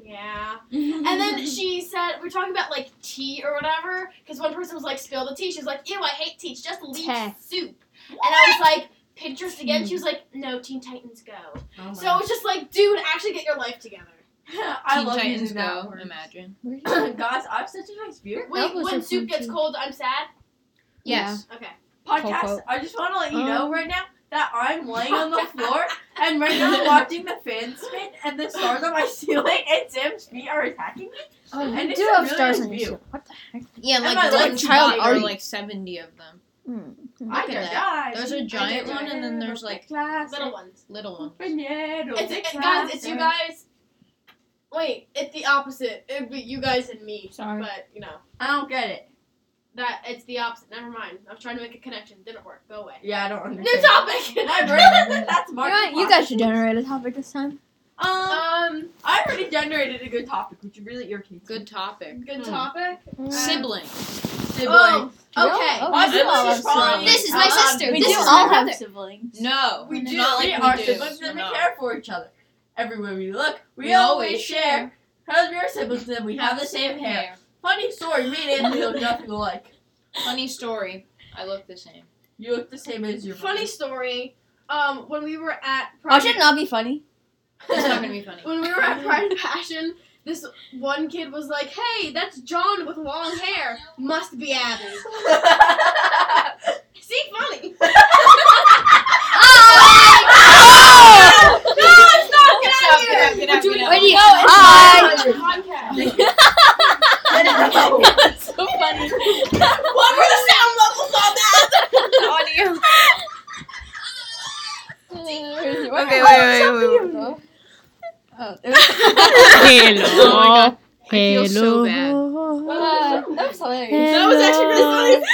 "Yeah." And then she said, we were talking about like tea or whatever, because one person was like, spill the tea. She was like, ew, I hate tea. It's just leaf
Teh.
soup. And I was like, Pinterest again. She was like, no, Teen Titans Go.
Oh
so it was just like, dude, actually get your life together.
I
Teen
love
Titans
using that
Go.
word.
Imagine.
Guys, I have such a nice beer.
Wait,
was
when
a
soup
fun
gets
tea.
cold, I'm sad.
Yes.
Okay.
Podcast.
Coco.
I just want to let you know
Um.
right now that I'm laying on the floor and right now I'm watching the fan spin and the stars on my ceiling and Sam's feet are attacking me.
Oh, you
And it's
do
a
have
really
stars on
nice
your
view.
shirt. What the heck?
Yeah,
like,
like
the
one
one
child
child
are
already-
like seventy of them.
Mm.
I
Look
could
at
die.
There's a giant one, and then there's like
Little ones.
little one.
It's, it, guys, it's you guys. Wait, it's the opposite. It'd be you guys and me.
Sorry.
But, you know,
I don't get it.
that it's the opposite. Never mind. I was trying to make a connection. Didn't work. Go away.
Yeah, I don't
New
understand.
topic!
My brain. That's
You,
Mark.
know what? you guys should generate a topic this time.
Um,
um,
I already generated a good topic, which really irritates
Good topic.
good
Hmm.
topic.
Siblings.
Sibling.
Oh,
No,
okay.
oh,
My
we do all
siblings
have
is fine.
siblings.
This is my
Uh,
sister.
Um, We
this
do
is
all
my
have
brother.
siblings.
No.
We do.
Not like
we
we
are
do.
siblings and we
No.
care for each other. Everywhere we look, we,
We
always,
always
share. Because we are siblings and we have the same hair. Funny story, me and Anthony look nothing alike.
Funny story. I look the same.
You look the same as your
Funny story. Um, when we were at
Oh,
Pride,
should not be funny.
It's not gonna be funny.
when we were at Pride and Passion, this one kid was like, "Hey, that's John with long hair. Must be Abby." See, funny.
Get out, get out, get out, get out.
you
Hi.
That's so funny.
What were the sound levels on that?
okay,
Okay, wait, wait, wait,
wait. Oh,
Oh my god. I feel so bad.
that was hilarious.
That was actually really funny.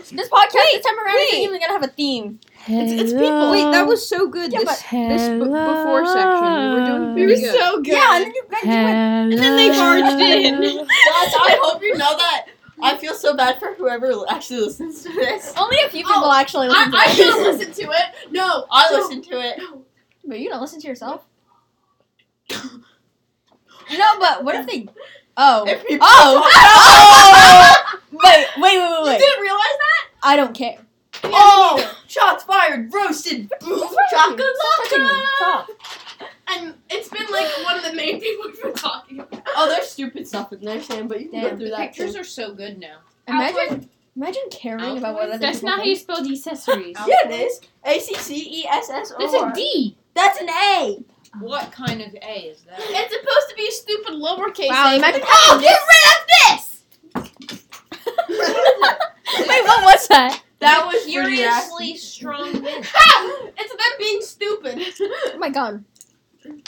This, this podcast this time around isn't even gonna have a theme. It's, it's people.
Wait, that was so good.
Yeah,
this
but-
this b- before section, we were doing pretty good.
Yeah, and then you guys do it.
and then they barged in.
Guys, I hope you know that. I feel so bad for whoever actually listens to this.
Only a few people actually listen to
I, I
it.
should listen to it. No,
I
so-
listen to it.
But you don't listen to yourself. no, but what if they Oh.
If people
Oh! oh! Wait, wait, wait, wait,
You
wait.
didn't realize that?
I don't care.
Oh! Shots fired, roasted, boom, chocolate.
Stop touching me. Stop.
And it's been like one of the main people we've been talking about.
Oh, there's stupid stuff in there, Sam, but you can go
Damn,
through
The
that.
pictures
too.
are so good now.
Imagine, imagine caring about what other
That's
people
not how you
think.
spell decessories.
yeah, it is. A C C E S S O
That's a
R.
D.
That's an A.
What kind of A is that?
It's supposed to be stupid lowercase.
Wow,
a,
imagine
but-
how
Get rid of this!
Wait, what was that?
That was pretty
Curiously strong men.
it's them being stupid.
Oh my god.
ac-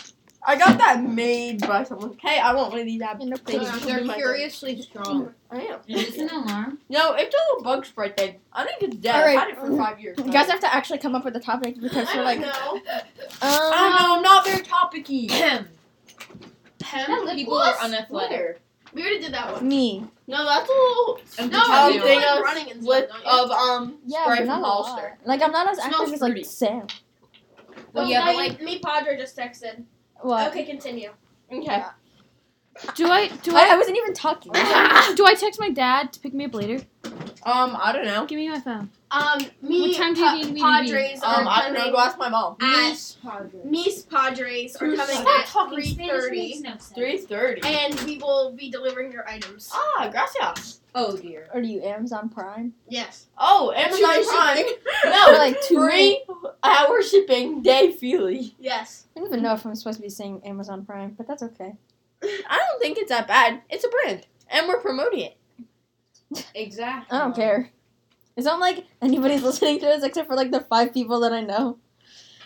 I got that made by someone. Hey, I want one of these apps.
In the
Thank you.
face.
They're curiously strong.
I am.
Is this an alarm?
No, it's a little bug sprite thing. I think it's dead.
All right.
I've had it for five years.
You guys have to actually come up with a topic because
I
we're
don't
like,
know.
I don't
um,
know. I'm not very topicy.
Ahem.
Hem?
People
Gloss?
are unathletic.
Where? We already did that one.
me.
No, that's a little
And
No,
How
you do
potato.
like
Oh, they know
running and stuff,
lip
don't you?
of um
Yeah, but
Sprite from
not a lot.
Ulster.
Like I'm not as
Smells
active as
fruity.
like Sam.
Well,
Well,
yeah,
yeah,
but like-
like me, Padre just texted.
Well,
Okay, continue.
Okay.
Do I do
I, I
I
wasn't even talking.
do I text my dad to pick me up later?
Um, I don't know.
Give me my phone.
Um, me,
What time do you need me to be?
Padres are
Um, I don't know.
coming.
Go ask my mom.
At,
Niece Padre.
Me's Padres are coming
Stop
at
talking
three
Spanish, it makes
thirty,
no sense.
Three thirty.
and we will be delivering your items.
Ah, gracias.
Oh dear.
Or do you Amazon Prime?
Yes.
Oh, Amazon
Two
Prime.
For
No,
like two.
free hour shipping day feely.
Yes.
I don't even know if I'm supposed to be saying Amazon Prime, but that's okay.
I don't think it's that bad. It's a brand, and we're promoting it.
Exactly.
I don't care. It's not like anybody's listening to us except for like the five people that I know.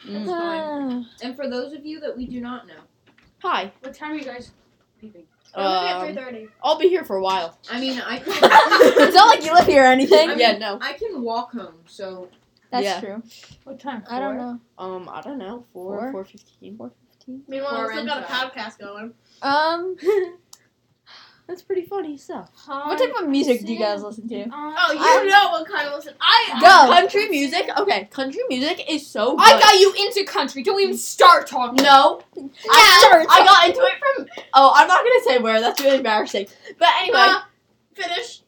Mm,
Ah.
And for those of you that we do not know,
Hi.
What time are you guys leaving?
I'm leaving
Um,
at three thirty.
I'll be here for a while.
I mean, I
it's
can,
not like you live here or anything.
mean-
yeah, no.
I can walk home. So
That's
Yeah.
true.
What time?
I don't know.
Um, I don't know.
Four?
Four, four fifteen.
Meanwhile, we still got a
Lorenzo.
podcast going.
Um,
That's pretty funny stuff.
what type of music do you guys listen to?
Um,
Oh, you
I-
know what kind of listen? I
Go.
Um, Country music. Okay, country music is so. Good.
I got you into country. Don't even start talking.
No.
Yeah.
I, I got into it from. Oh, I'm not gonna say where. That's really embarrassing. But anyway,
Uh, finish.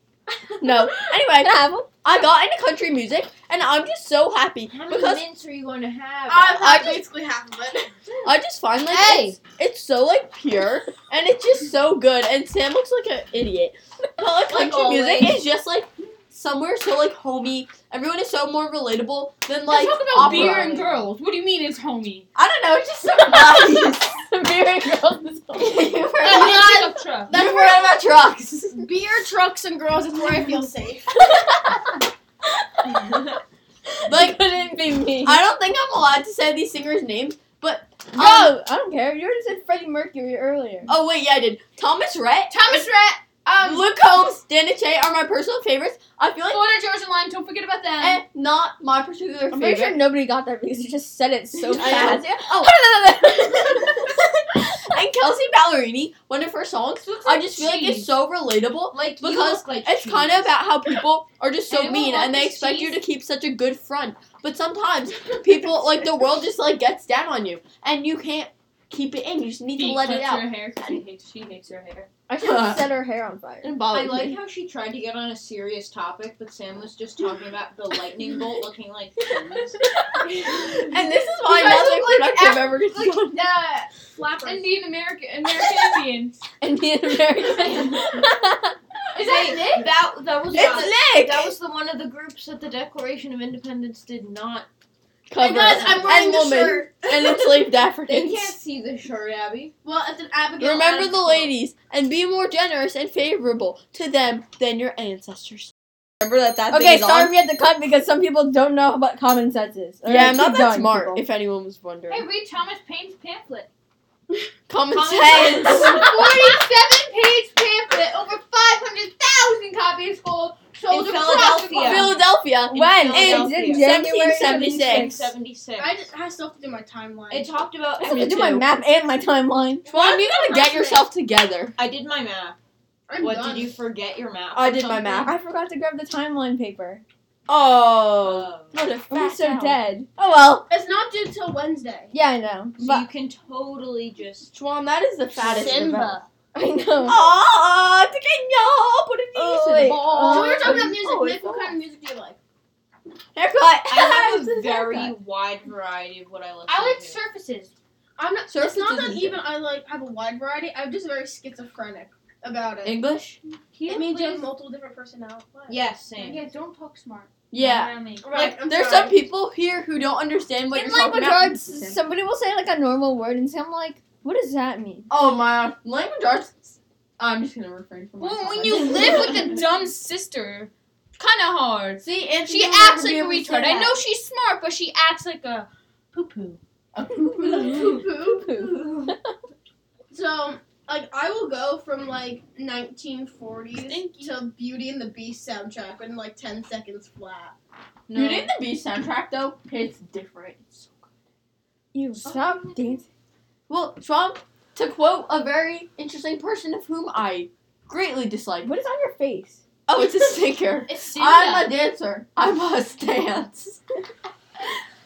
no.
Can
Anyway,
I have them?
I got into country music, and I'm just so happy
how many
because
minutes are you going to have?
I've
I
had
just-
basically half of it.
I just find like
Hey!
it's, it's so like pure, and it's just so good. And Sam looks like an idiot, but like country music
always.
is just like somewhere so like homey. Everyone is so more relatable than like
talk about
opera.
beer and girls. What do you mean it's homie?
I don't know. It's just so nice.
Beer and girls.
you forgot,
I'm not
you forgot about trucks.
Beer, trucks, and girls is where I feel safe.
Like
couldn't be me.
I don't think I'm allowed to say these singers' names.
No, I don't care. You already said Freddie Mercury earlier.
Oh wait, yeah, I did. Thomas Rhett,
Thomas Rhett. Um,
Luke Combs, Dana Che are my personal favorites. I feel like
Florida Georgia Line. Don't forget about them.
eh, not my particular
I'm pretty
favorite.
sure nobody got that because you just said it so
I
fast.
Oh. and Kelsey Ballerini, one of her songs, I just feel like it's
cheese.
so relatable.
like you
because
look like
It's
cheese.
kind of about how people are just so
Anyone
mean
want
and they
this
expect you to
cheese?
keep such a good front. But sometimes people, like the world, just like gets down on you, and you can't keep it in. You just need to
She
let it
cuts
out.
Her hair 'cause she hates, she hates her hair.
I should have set her hair on fire.
And
I
bother
like how she tried to get on a serious topic, but Sam was just talking about the lightning bolt looking like cheese.
and this is why
You guys
nothing productive ever gets
like-
done.
Flapper.
Indian American American Indians.
Indian American.
Is that Nick? That that was one-
it's Nick.
that was the one of the groups that the Declaration of Independence did not.
Cover.
guys, I'm wearing
and
the
woman
shirt.
and enslaved
They
Africans.
can't see the shirt, Abby.
Well, it's an Abigail.
Remember
Adams
the
quote.
ladies and be more generous and favorable to them than your ancestors. Remember that that
Okay,
thing is
sorry
on?
we had to cut because some people don't know what common sense is. All
Yeah,
right,
I'm not
keep
that
going,
smart.
people.
If anyone was wondering,
Hey, read Thomas Paine's pamphlet.
common,
common
sense.
Forty-seven page pamphlet, over five hundred thousand copies full, sold
In
across the
Philadelphia.
globe.
Philadelphia.
When?
In
It's
Philadelphia.
in January 76.
1776.
Seventy six.
I just I still have to do my timeline.
It talked about.
I have to do my map and my timeline.
Juan, you gotta get yourself together.
I did my math.
I'm
What
done.
did you forget your math?
Oh, I
or
did my
something?
math.
I forgot to grab the timeline paper.
Oh,
Oh.
what a
I'm
fat
so
cow.
dead.
Oh well,
It's not due till Wednesday.
Yeah, I know.
So
But
you can totally just.
Juan, that is the fattest. of
Simba.
us.
I know.
Oh, to Kenya, put a
Oh,
piece in
wait,
the ball.
So we were talking about music,
Oh,
Nick.
it's
What
all-
kind of music do you like?
Haircut.
I have
This
a
is
very
haircut.
wide variety of what I listen
I like
to.
surfaces.
I'm not.
Surface
it's not that
isn't
even I like have a wide variety. I'm just very schizophrenic about it.
English.
Can
it means you have
please-
multiple different personalities.
Yeah, same.
Yeah, don't talk smart.
Yeah.
Around me.
Right. I'm
There's
sorry.
some people here who don't understand what
in
you're
like
talking about.
regards, somebody will say like a normal word, and so I'm like, what does that mean?
Oh my, language arts. I'm just gonna refrain from. my
Well, when
comment.
you live with a dumb sister, kind of hard.
See, and
She acts like a retard. I know she's smart, but she acts like a poo poo.
So, like, I will go from like 1940s to Beauty and the Beast soundtrack in like 10 seconds flat.
Beauty and the Beast soundtrack though, it's different.
You stop dancing.
Well, Trump, to quote a very interesting person of whom I greatly dislike.
What is on your face?
Oh, it's a stinker.
It's
I'm a dancer. I must dance.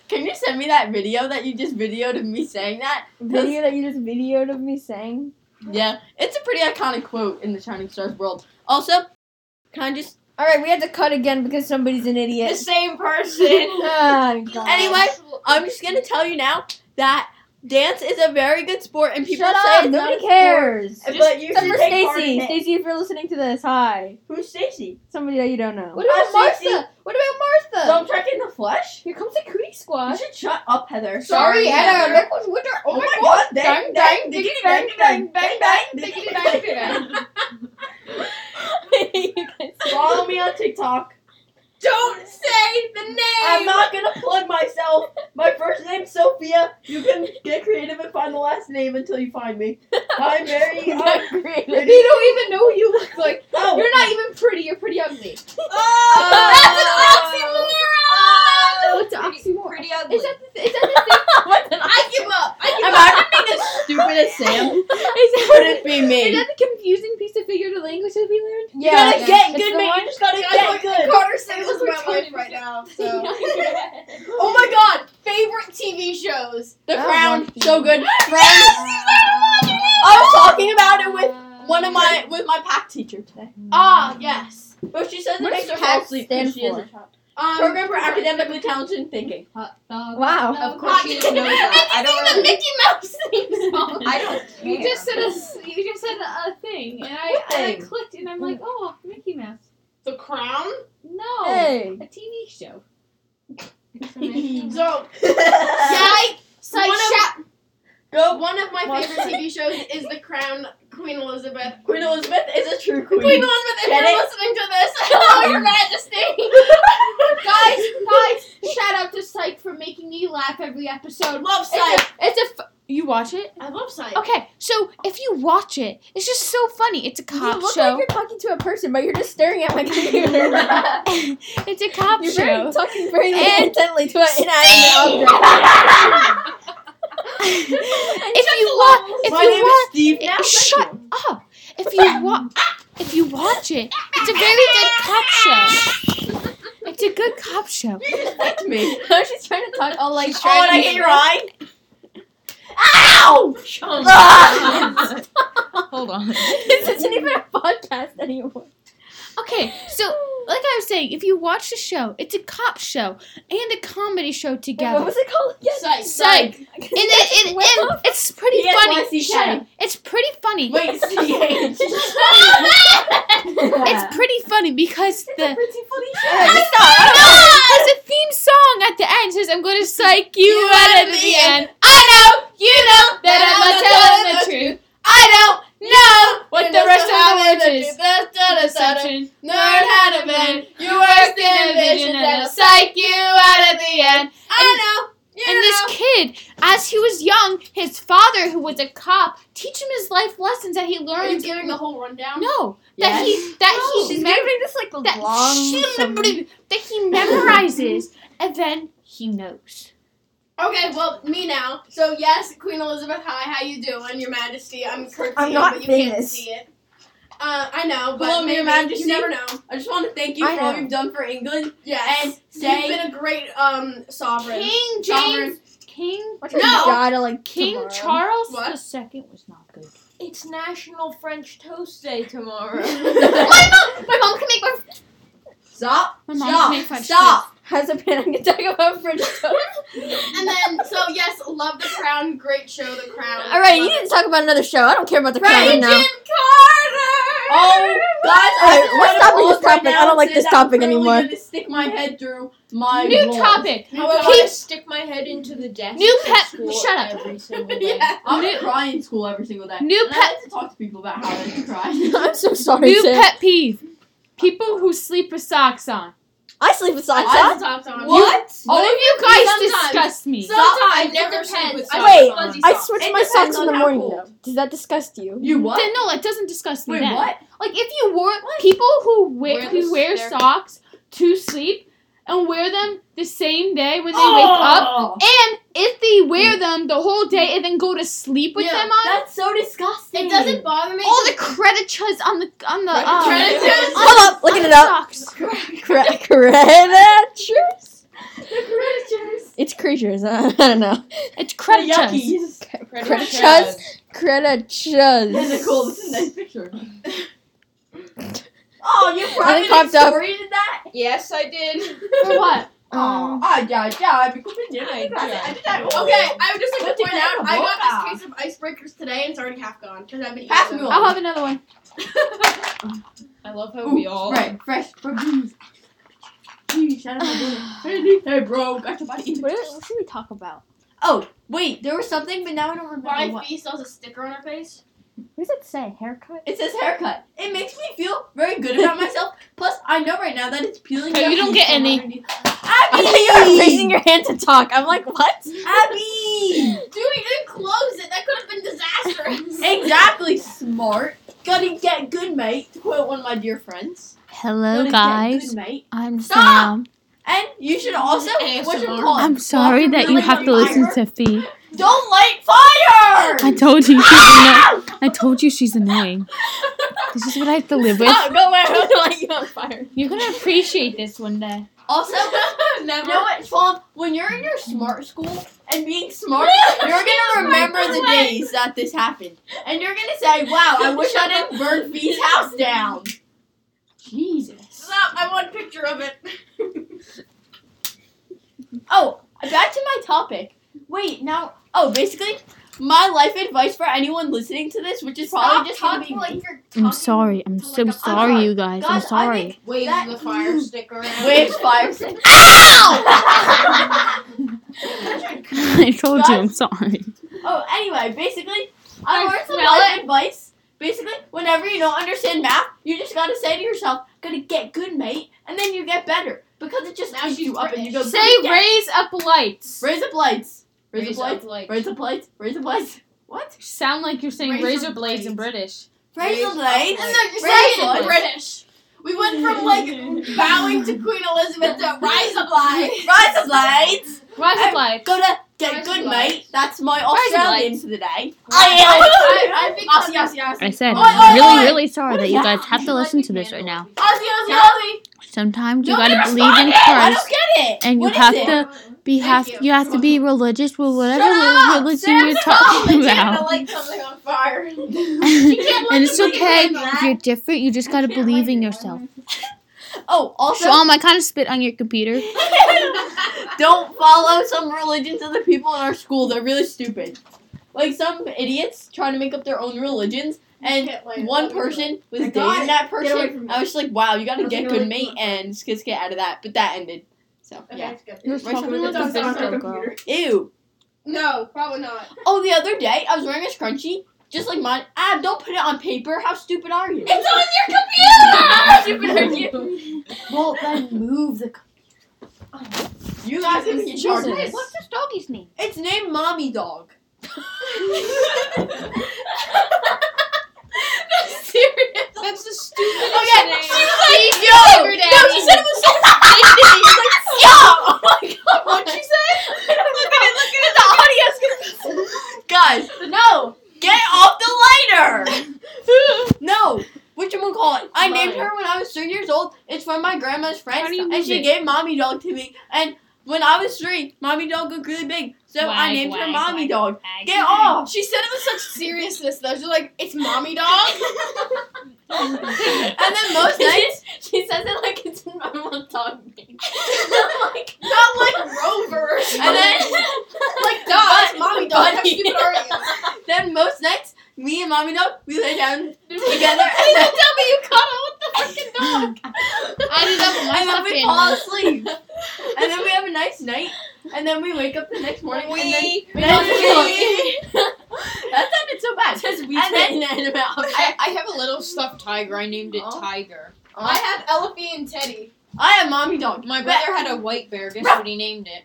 Can you send me that video that you just videoed of me saying that?
Video that you just videoed of me saying.
Yeah, it's a pretty iconic quote in the Shining Stars world. Also, can I just
All right, we had to cut again because somebody's an
the
idiot.
same person?
Ah, God.
Anyway, I'm just gonna tell you now that dance is a very good sport, and people
Shut
say
up!
it's not
Nobody
a sport,
cares.
But you
Except
should
for
take part in
Stacy.
it.
Stacy, if you're listening to this, hi.
Who's Stacy?
Somebody that you don't know.
What about
Uh,
Martha?
Stacy. What about Martha?
Dump truck in the flesh?
Here comes the cootie
You
squad.
should shut up, Heather.
Sorry, Heather.
Look what's with her- Oh, my god. Dang, dang, diggity, bang, bang, bang, bang, diggity, bang, bang.
you guys.
Follow me on TikTok.
Don't say the name!
I'm not gonna plug myself. My first name's Sophia. You can get creative and find the last name until you find me. I'm very uh,
creative.
pretty.
You don't even know what you look like.
Oh, Uh,
You're not even pretty. You're pretty ugly.
Oh.
That's an oxymoron. It's an oxymoron. Pretty ugly.
Is
that the, is that the thing?
I give up! I give
Am
up!
I being as stupid as Sam?
is,
Could it be me?
is that the confusing piece of figurative language that we learned?
You gotta get good,
the
man.
one-
You just gotta
Guys,
get
look,
good.
Carter Sims is
Look, we're
my life
talking
right
about-
now. So. oh my god! Favorite TV shows!
The
That
Crown,
one.
so good. Friends. I was talking about it
uh,
with one of my with my pack teacher today.
Ah, yes.
But she says it
What
makes
does
her fall
PAC
asleep
stand
because she is a
for?
child.
Um,
Program for academically talented thinking.
Wow.
Of
course she knows
that.
I don't
the Mickey Mouse theme song!
I don't
You just said a s- you just said a thing, and I,
What
and I
thing?
clicked, and I'm like, oh, Mickey Mouse.
The Crown?
No,
Hey.
a TV show. Uh,
So,
yeah.
Psych! Psych!
One of-
Shout-
Go.
One of my
Watch it.
favorite TV shows is The Crown, Queen Elizabeth.
Queen Elizabeth is a true queen.
Queen Elizabeth, if
Get
you're
it?
listening to this, hello, Your Majesty.
guys, guys, shout out to Psych for making me laugh every episode.
Love
It's
Psych.
a, it's a f- you watch it?
I love Psych.
Okay, so if you watch it, it's just so funny. It's a
You
cop
look
show.
like you're talking to a person, but you're just staring at my computer.
it's a cop
You're
show.
very, talking very
And-
intently to an inanimate object.
if you watch, if
My
you
name
watch,
is Steve. Now, thank
shut
you.
up. If you watch, if you watch it, it's a very good cop show. It's a good cop show.
You just picked me.
I was just trying to talk all like
Oh, and I
Shrek.
hit your eye. Ow!
Oh
Ah!
Hold on.
this isn't even a podcast anymore.
Okay, so like I was saying, if you watch the show, it's a cop show and a comedy show
Wait,
together.
what was it called? Yes.
Psych. And it, it, and it's pretty funny.
P-S-Y-C-K.
Shut up. It's pretty funny.
Wait, C-H.
It's pretty funny because the
pretty funny
No, there's a theme song at the end. It says, "I'm going to psych you, out at the end. I know, you know that I'm not telling the truth. I don't know what the rest of the world is. Deception. Learn how to bend. You worse than a vision, and I'll psych you out at the end. I know. And this kid, as he was young, his father, who was a cop, teach him his life lessons that he
Are you
learned.
giving the whole rundown?
No, that he that he
She's
mem-
giving this like
that,
long. summary.
she, that he memorizes and then he knows.
Okay, well, me now. So yes, Queen Elizabeth, hi, how you doing, Your Majesty? I'm curtsy,
I'm not
but you can't
famous.
see it. Uh, I know, but
Hello, Your
maybe,
Majesty.
you never know.
I just want to thank you
I
for all
know.
you've done for England.
Yes,
And
you've
say,
been a great um sovereign.
King James,
Sovereign.
King
No. God, like
King
tomorrow.
Charles
What?
the second was not good.
It's National French Toast Day tomorrow.
my mom, my mom can make my
Stop.
My mom
Stop.
can make French
Stop.
Has a panic attack about French toast.
And then, so yes, love the crown. Great show, the crown.
All right, you need to talk about another show. I don't care about the crown right now.
Oh, God.
Alright,
I just
we're
wanna
stopping
pause
this topic.
right
I don't
now
like
and
this
say that I'm
topic
currently
anymore.
gonna stick my head through my
toast. New
walls.
topic.
However,
I
I-
stick my head into the desk.
New
at
pet-
school
shut up.
Every single day.
Yeah. I would
New-
cry in school every single day.
New
And I
pet-
had to talk to people about how they cry.
I'm so sorry,
New
Sam.
pet peeve. People who sleep with socks on.
I sleep with socks
I
on.
just stopped on.
What?
All of you guys
sometimes-
disgust me.
Sometimes
I
it
never sleep
depends.
with
I
socks
sleep with
on.
fuzzy
I
socks.
switch
It
my
depends
socks in
on
the
how
morning
cold.
though. Does that disgust you?
You what?
Then, no, it doesn't disgust me.
Wait,
then.
what?
Like if you wore people who wear
Wear
who
the-
wear
their-
socks to sleep and wear them the same day when they wake up,
oh, Mm.
and if they wear them the whole day and then go to sleep with them on,
That's so disgusting.
It doesn't bother me.
all the creditures on the on the um,
Creditures?
on
Hold up,
the-
looking it
on the
up.
Socks.
Cra- Creatures. It's creatures. I don't know.
It's creditures.
Yuckies.
Creatures.
And Nicole,
Creatures.
this is a nice picture. oh, you probably
popped up.
story that.
Yes, I did.
For what?
Oh, ah, yeah, yeah. Because we did it.
Yeah.
I did that.
Okay, I would just like
What
to
did
point
you
out
have a
I
boca?
got this case of icebreakers today and it's already half gone because I've been eating
Pass
them.
me one.
I'll have another one.
I love how we all.
Right, fresh from bees. Jeez, shout out my boy. Hey, bro, got your body.
What, are- what should we talk about?
Oh, wait, there was something, but now I don't remember
Why
what.
Fee still has a sticker on her face?
What does it say? Haircut?
It says haircut. It makes me feel very good about myself. Plus, I know right now that it's peeling.
Hey,
back
you don't
from
get any.
underneath.
I thought you were
Abby,
raising your hand to talk. I'm like, what?
Abby.
Dude, you didn't close it. That could have been disastrous.
Exactly, smart. Gotta get good, mate. To quote one of my dear friends.
Hello
Gotta get good, mate.
I'm
Stop! And you should also. What's your
ASMR.
call?
to Fee.
Don't light fire.
told you she's anno- I told you she's annoying. This is what I have to live with.
Oh, go away. I'm gonna light you on fire.
You're gonna appreciate this one day.
Also,
Never.
you know what, Swamp? When you're in your smart school and being smart, you're gonna remember the days that this happened, and you're gonna say, "Wow, I wish I didn't burn V's house down." Jesus.
Stop. I want a picture of it.
Oh, back to my topic. Wait, now. Oh, basically, my life advice for anyone listening to this, which is probably just gonna be
talking like you're
I'm
talking
sorry. I'm
to,
so
like, a-
sorry,
sorry.
you guys. I'm
Guys, I
sorry.
think
Waves
That-
the fire stick around.
waves fire. Ow!
I told you. I'm sorry.
Oh, anyway, basically, I
Like,
learned some
smell
life advice. Basically, whenever you don't understand math, you just gotta say to yourself, "Gonna get good, mate," and then you get better because it just
Now
keeps
she's
you up and you go.
Say
"Gonna get-"
raise up lights.
Raise up lights. Raise,
Raise
up lights.
up lights.
Raise up lights. Raise up lights. What?
Sound like you're saying
Razor
razor blades in
blades.
British.
Raise,
Raise
up
up
lights.
No,
lights.
you're
Raise
saying
one.
it British. We went from like bowing to Queen Elizabeth to rise up high.
Rise up lights.
Rise
Hey,
up lights.
Go to get
Rise
good,
up
mate.
lights.
That's my
up
Australian
lights.
for the day.
I, I, I think
Aussie,
Aussie, Aussie, Aussie.
I said,
Oi, oi,
I'm really,
oi!
really sorry
What
that
is
you
that?
guys have to listen to this right now.
Aussie, Aussie, Aussie.
Sometimes you
Don't
gotta
be
believe in
responding. I
Christ
don't get it.
and you
What is
have
it?
to be have
you.
you have to be religious with whatever
Shut up!
religion
Sam's
you're
a
talking
college.
about.
light something on fire.
and it's
them be
okay
like that.
if you're different. You just gotta believe in yourself.
Oh, also.
Shalom, I kind of spit on your computer.
don't follow some religions of the people in our school. They're really stupid. Like some idiots trying to make up their own religions, and one person was
My
dating
God,
that
away from
person.
me.
I was just like, wow, you gotta
Don't
get
get
good
away
mate
from me.
and skits get out of that. But that ended. So yeah.
You're
Where's
talking
my-
like a
It's on
video girl.
computer.
Ew.
No, probably not.
Oh, the other day I was wearing a scrunchie, just like mine. Ah, don't put it on paper. How stupid are you?
It's on your computer!
Well, then move the.
You guys can be in charge of this.
What's this doggy's name?
It's named Mommy Dog.
That's the
Oh,
stupidest
Okay,
name.
She's like, yo, no, she said it was so She's like, yo, oh my god, what'd she say? look at it, look at it, the audio's gonna. Guys, no, get off the lighter. no, which one call it? I named her when I was three years old. It's from my grandma's friend,
How do you
and
move
she
it?
gave mommy dog to me, and When I was three, mommy dog looked really big, so I
Wag,
named her
wag,
mommy
wag.
dog. Get off!
She said it with such seriousness though. She's like, it's mommy dog.
And then most nights,
she says it like it's my mom dog name. like not like Rover.
and then
like dog. it's mommy dog. How
Buddy.
stupid are you?
then most nights, me and mommy dog we lay down together, and
I
then,
did that with my
and then
stuffed
we
animal.
fall asleep. And then we have a nice night, and then we wake up the next morning, and then
We
Then
don't
we-
do it.
that sounded so bad. Says we and then,
I, I have a little stuffed tiger. I named it
Oh.
Tiger.
I have Elephie and Teddy.
I have mommy dog.
My brother had a white bear. Guess what he named it?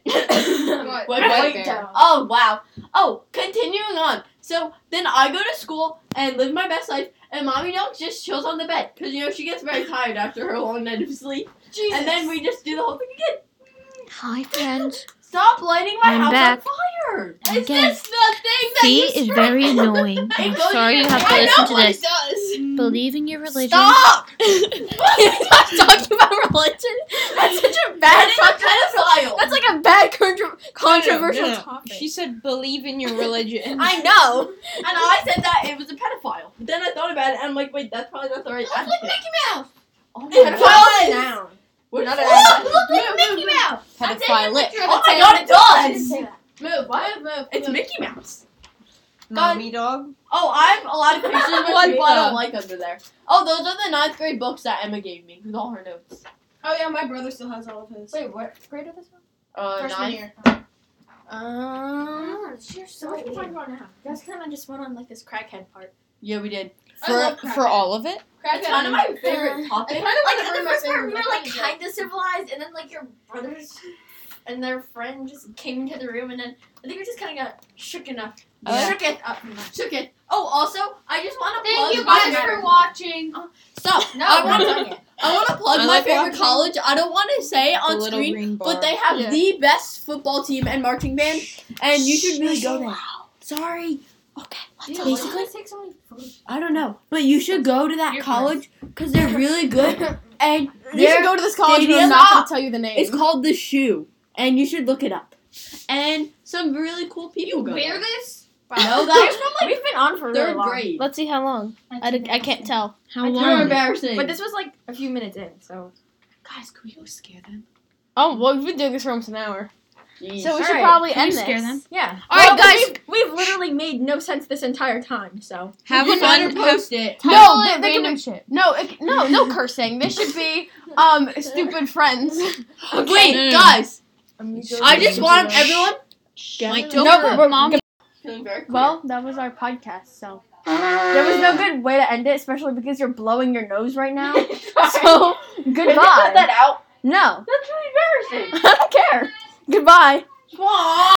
White,
What?
white
Wait,
bear.
dog.
Oh wow. Oh, continuing on. So then I go to school and live my best life, and mommy dog just chills on the bed because you know she gets very tired after her long night of sleep,
Jesus.
and then we just do the whole thing again.
Hi, friends.
Stop lighting my
I'm
house
back.
on fire.
is
Again,
this the thing that
Fee
you
is very annoying. I'm sorry you have to
I
listen
know
to
what
this.
it does.
Believe in your religion.
Stop! Stop talking about religion. That's such a bad fucking pedophile. That's like a bad contra- controversial
no, no.
topic.
She said, "Believe in your religion."
I know. And I said that it was a pedophile. But then I thought about it and I'm like, wait, that's probably not the right answer.
Look, Mickey Mouse.
Oh my
It
god.
was.
We're not
Look,
at
look like Mickey Mouse. I'm taking a
Pedophile lip.
picture of
Oh
the
my
tail.
god, it does!
Move, move, move, move.
It's Mickey Mouse.
Mommy dog.
Oh, I have a lot of pictures of
What
Mickey Mouse I
the-
don't like under there. Oh, those are the ninth grade books that Emma gave me with all her notes.
Oh yeah, my brother still has all of his.
Wait, what grade are this one?
Uh,
Freshman
ninth.
year.
Um,
You're so
So what are we
weird.
talking about now?
You guys kind of just went on like this crackhead part.
yeah, we did.
I
For for
love Kraken.
all of it.
That's
Kraken.
one of my favorite
Uh,
I
topics.
kind of want
Like,
to
at
burn
the
my
first part,
favorite
we were
book.
like,
Kind
kinda civilized, and then like your brothers and their friend just came into the room, and then I think we just kind of got shooken up.
Oh,
Yeah.
Shooketh up. Shooketh. Oh, also, I just want to plug
Thank you
my
guys for watching.
Stop.
No,
I
we're
want
not
to.
done yet.
I want to plug my
I like
favorite
watching
college. I don't want to say
The
on
little
screen,
green bar.
but they have
Yeah.
the best football team and marching band, and you should really
Shh,
go
so
there.
Sorry. Okay.
Dude,
Basically-
why do they take so many photos?
I don't know, but you should go to that
You're
college because they're really good, and
You should
they're
go to this college. But
stadium-
I'm not going to tell you the name.
It's called the shoe, and you should look it up.
And some really cool people go
Wear
there.
this?
No, that
We've been on for
third grade.
Let's see how long. I, d- I can't tell.
How
It's really embarrassing.
But this was like a few minutes in, so.
Guys, can we go scare them?
Oh, well, we've been doing this for almost an hour.
Jeez.
So we
Alright.
should probably
Can
end
you scare
this.
them?
Yeah.
All right,
Well,
guys.
We've, we've literally made no sense this entire time, so.
Have
you
fun.
better post it.
No,
th- there
they, they
can
can
be-
be,
shit. No, it, no, no cursing. This should be um stupid friends.
Wait,
Mm.
guys. I
Shh.
just want everyone
Like,
No,
don't
but we're, mom.
feeling very
Well, that was our podcast, so
Ah.
there was no good way to end it, especially because you're blowing your nose right now. so
Can you cut
goodbye.
that out?
No,
That's really embarrassing.
I don't care. Goodbye.
Wah.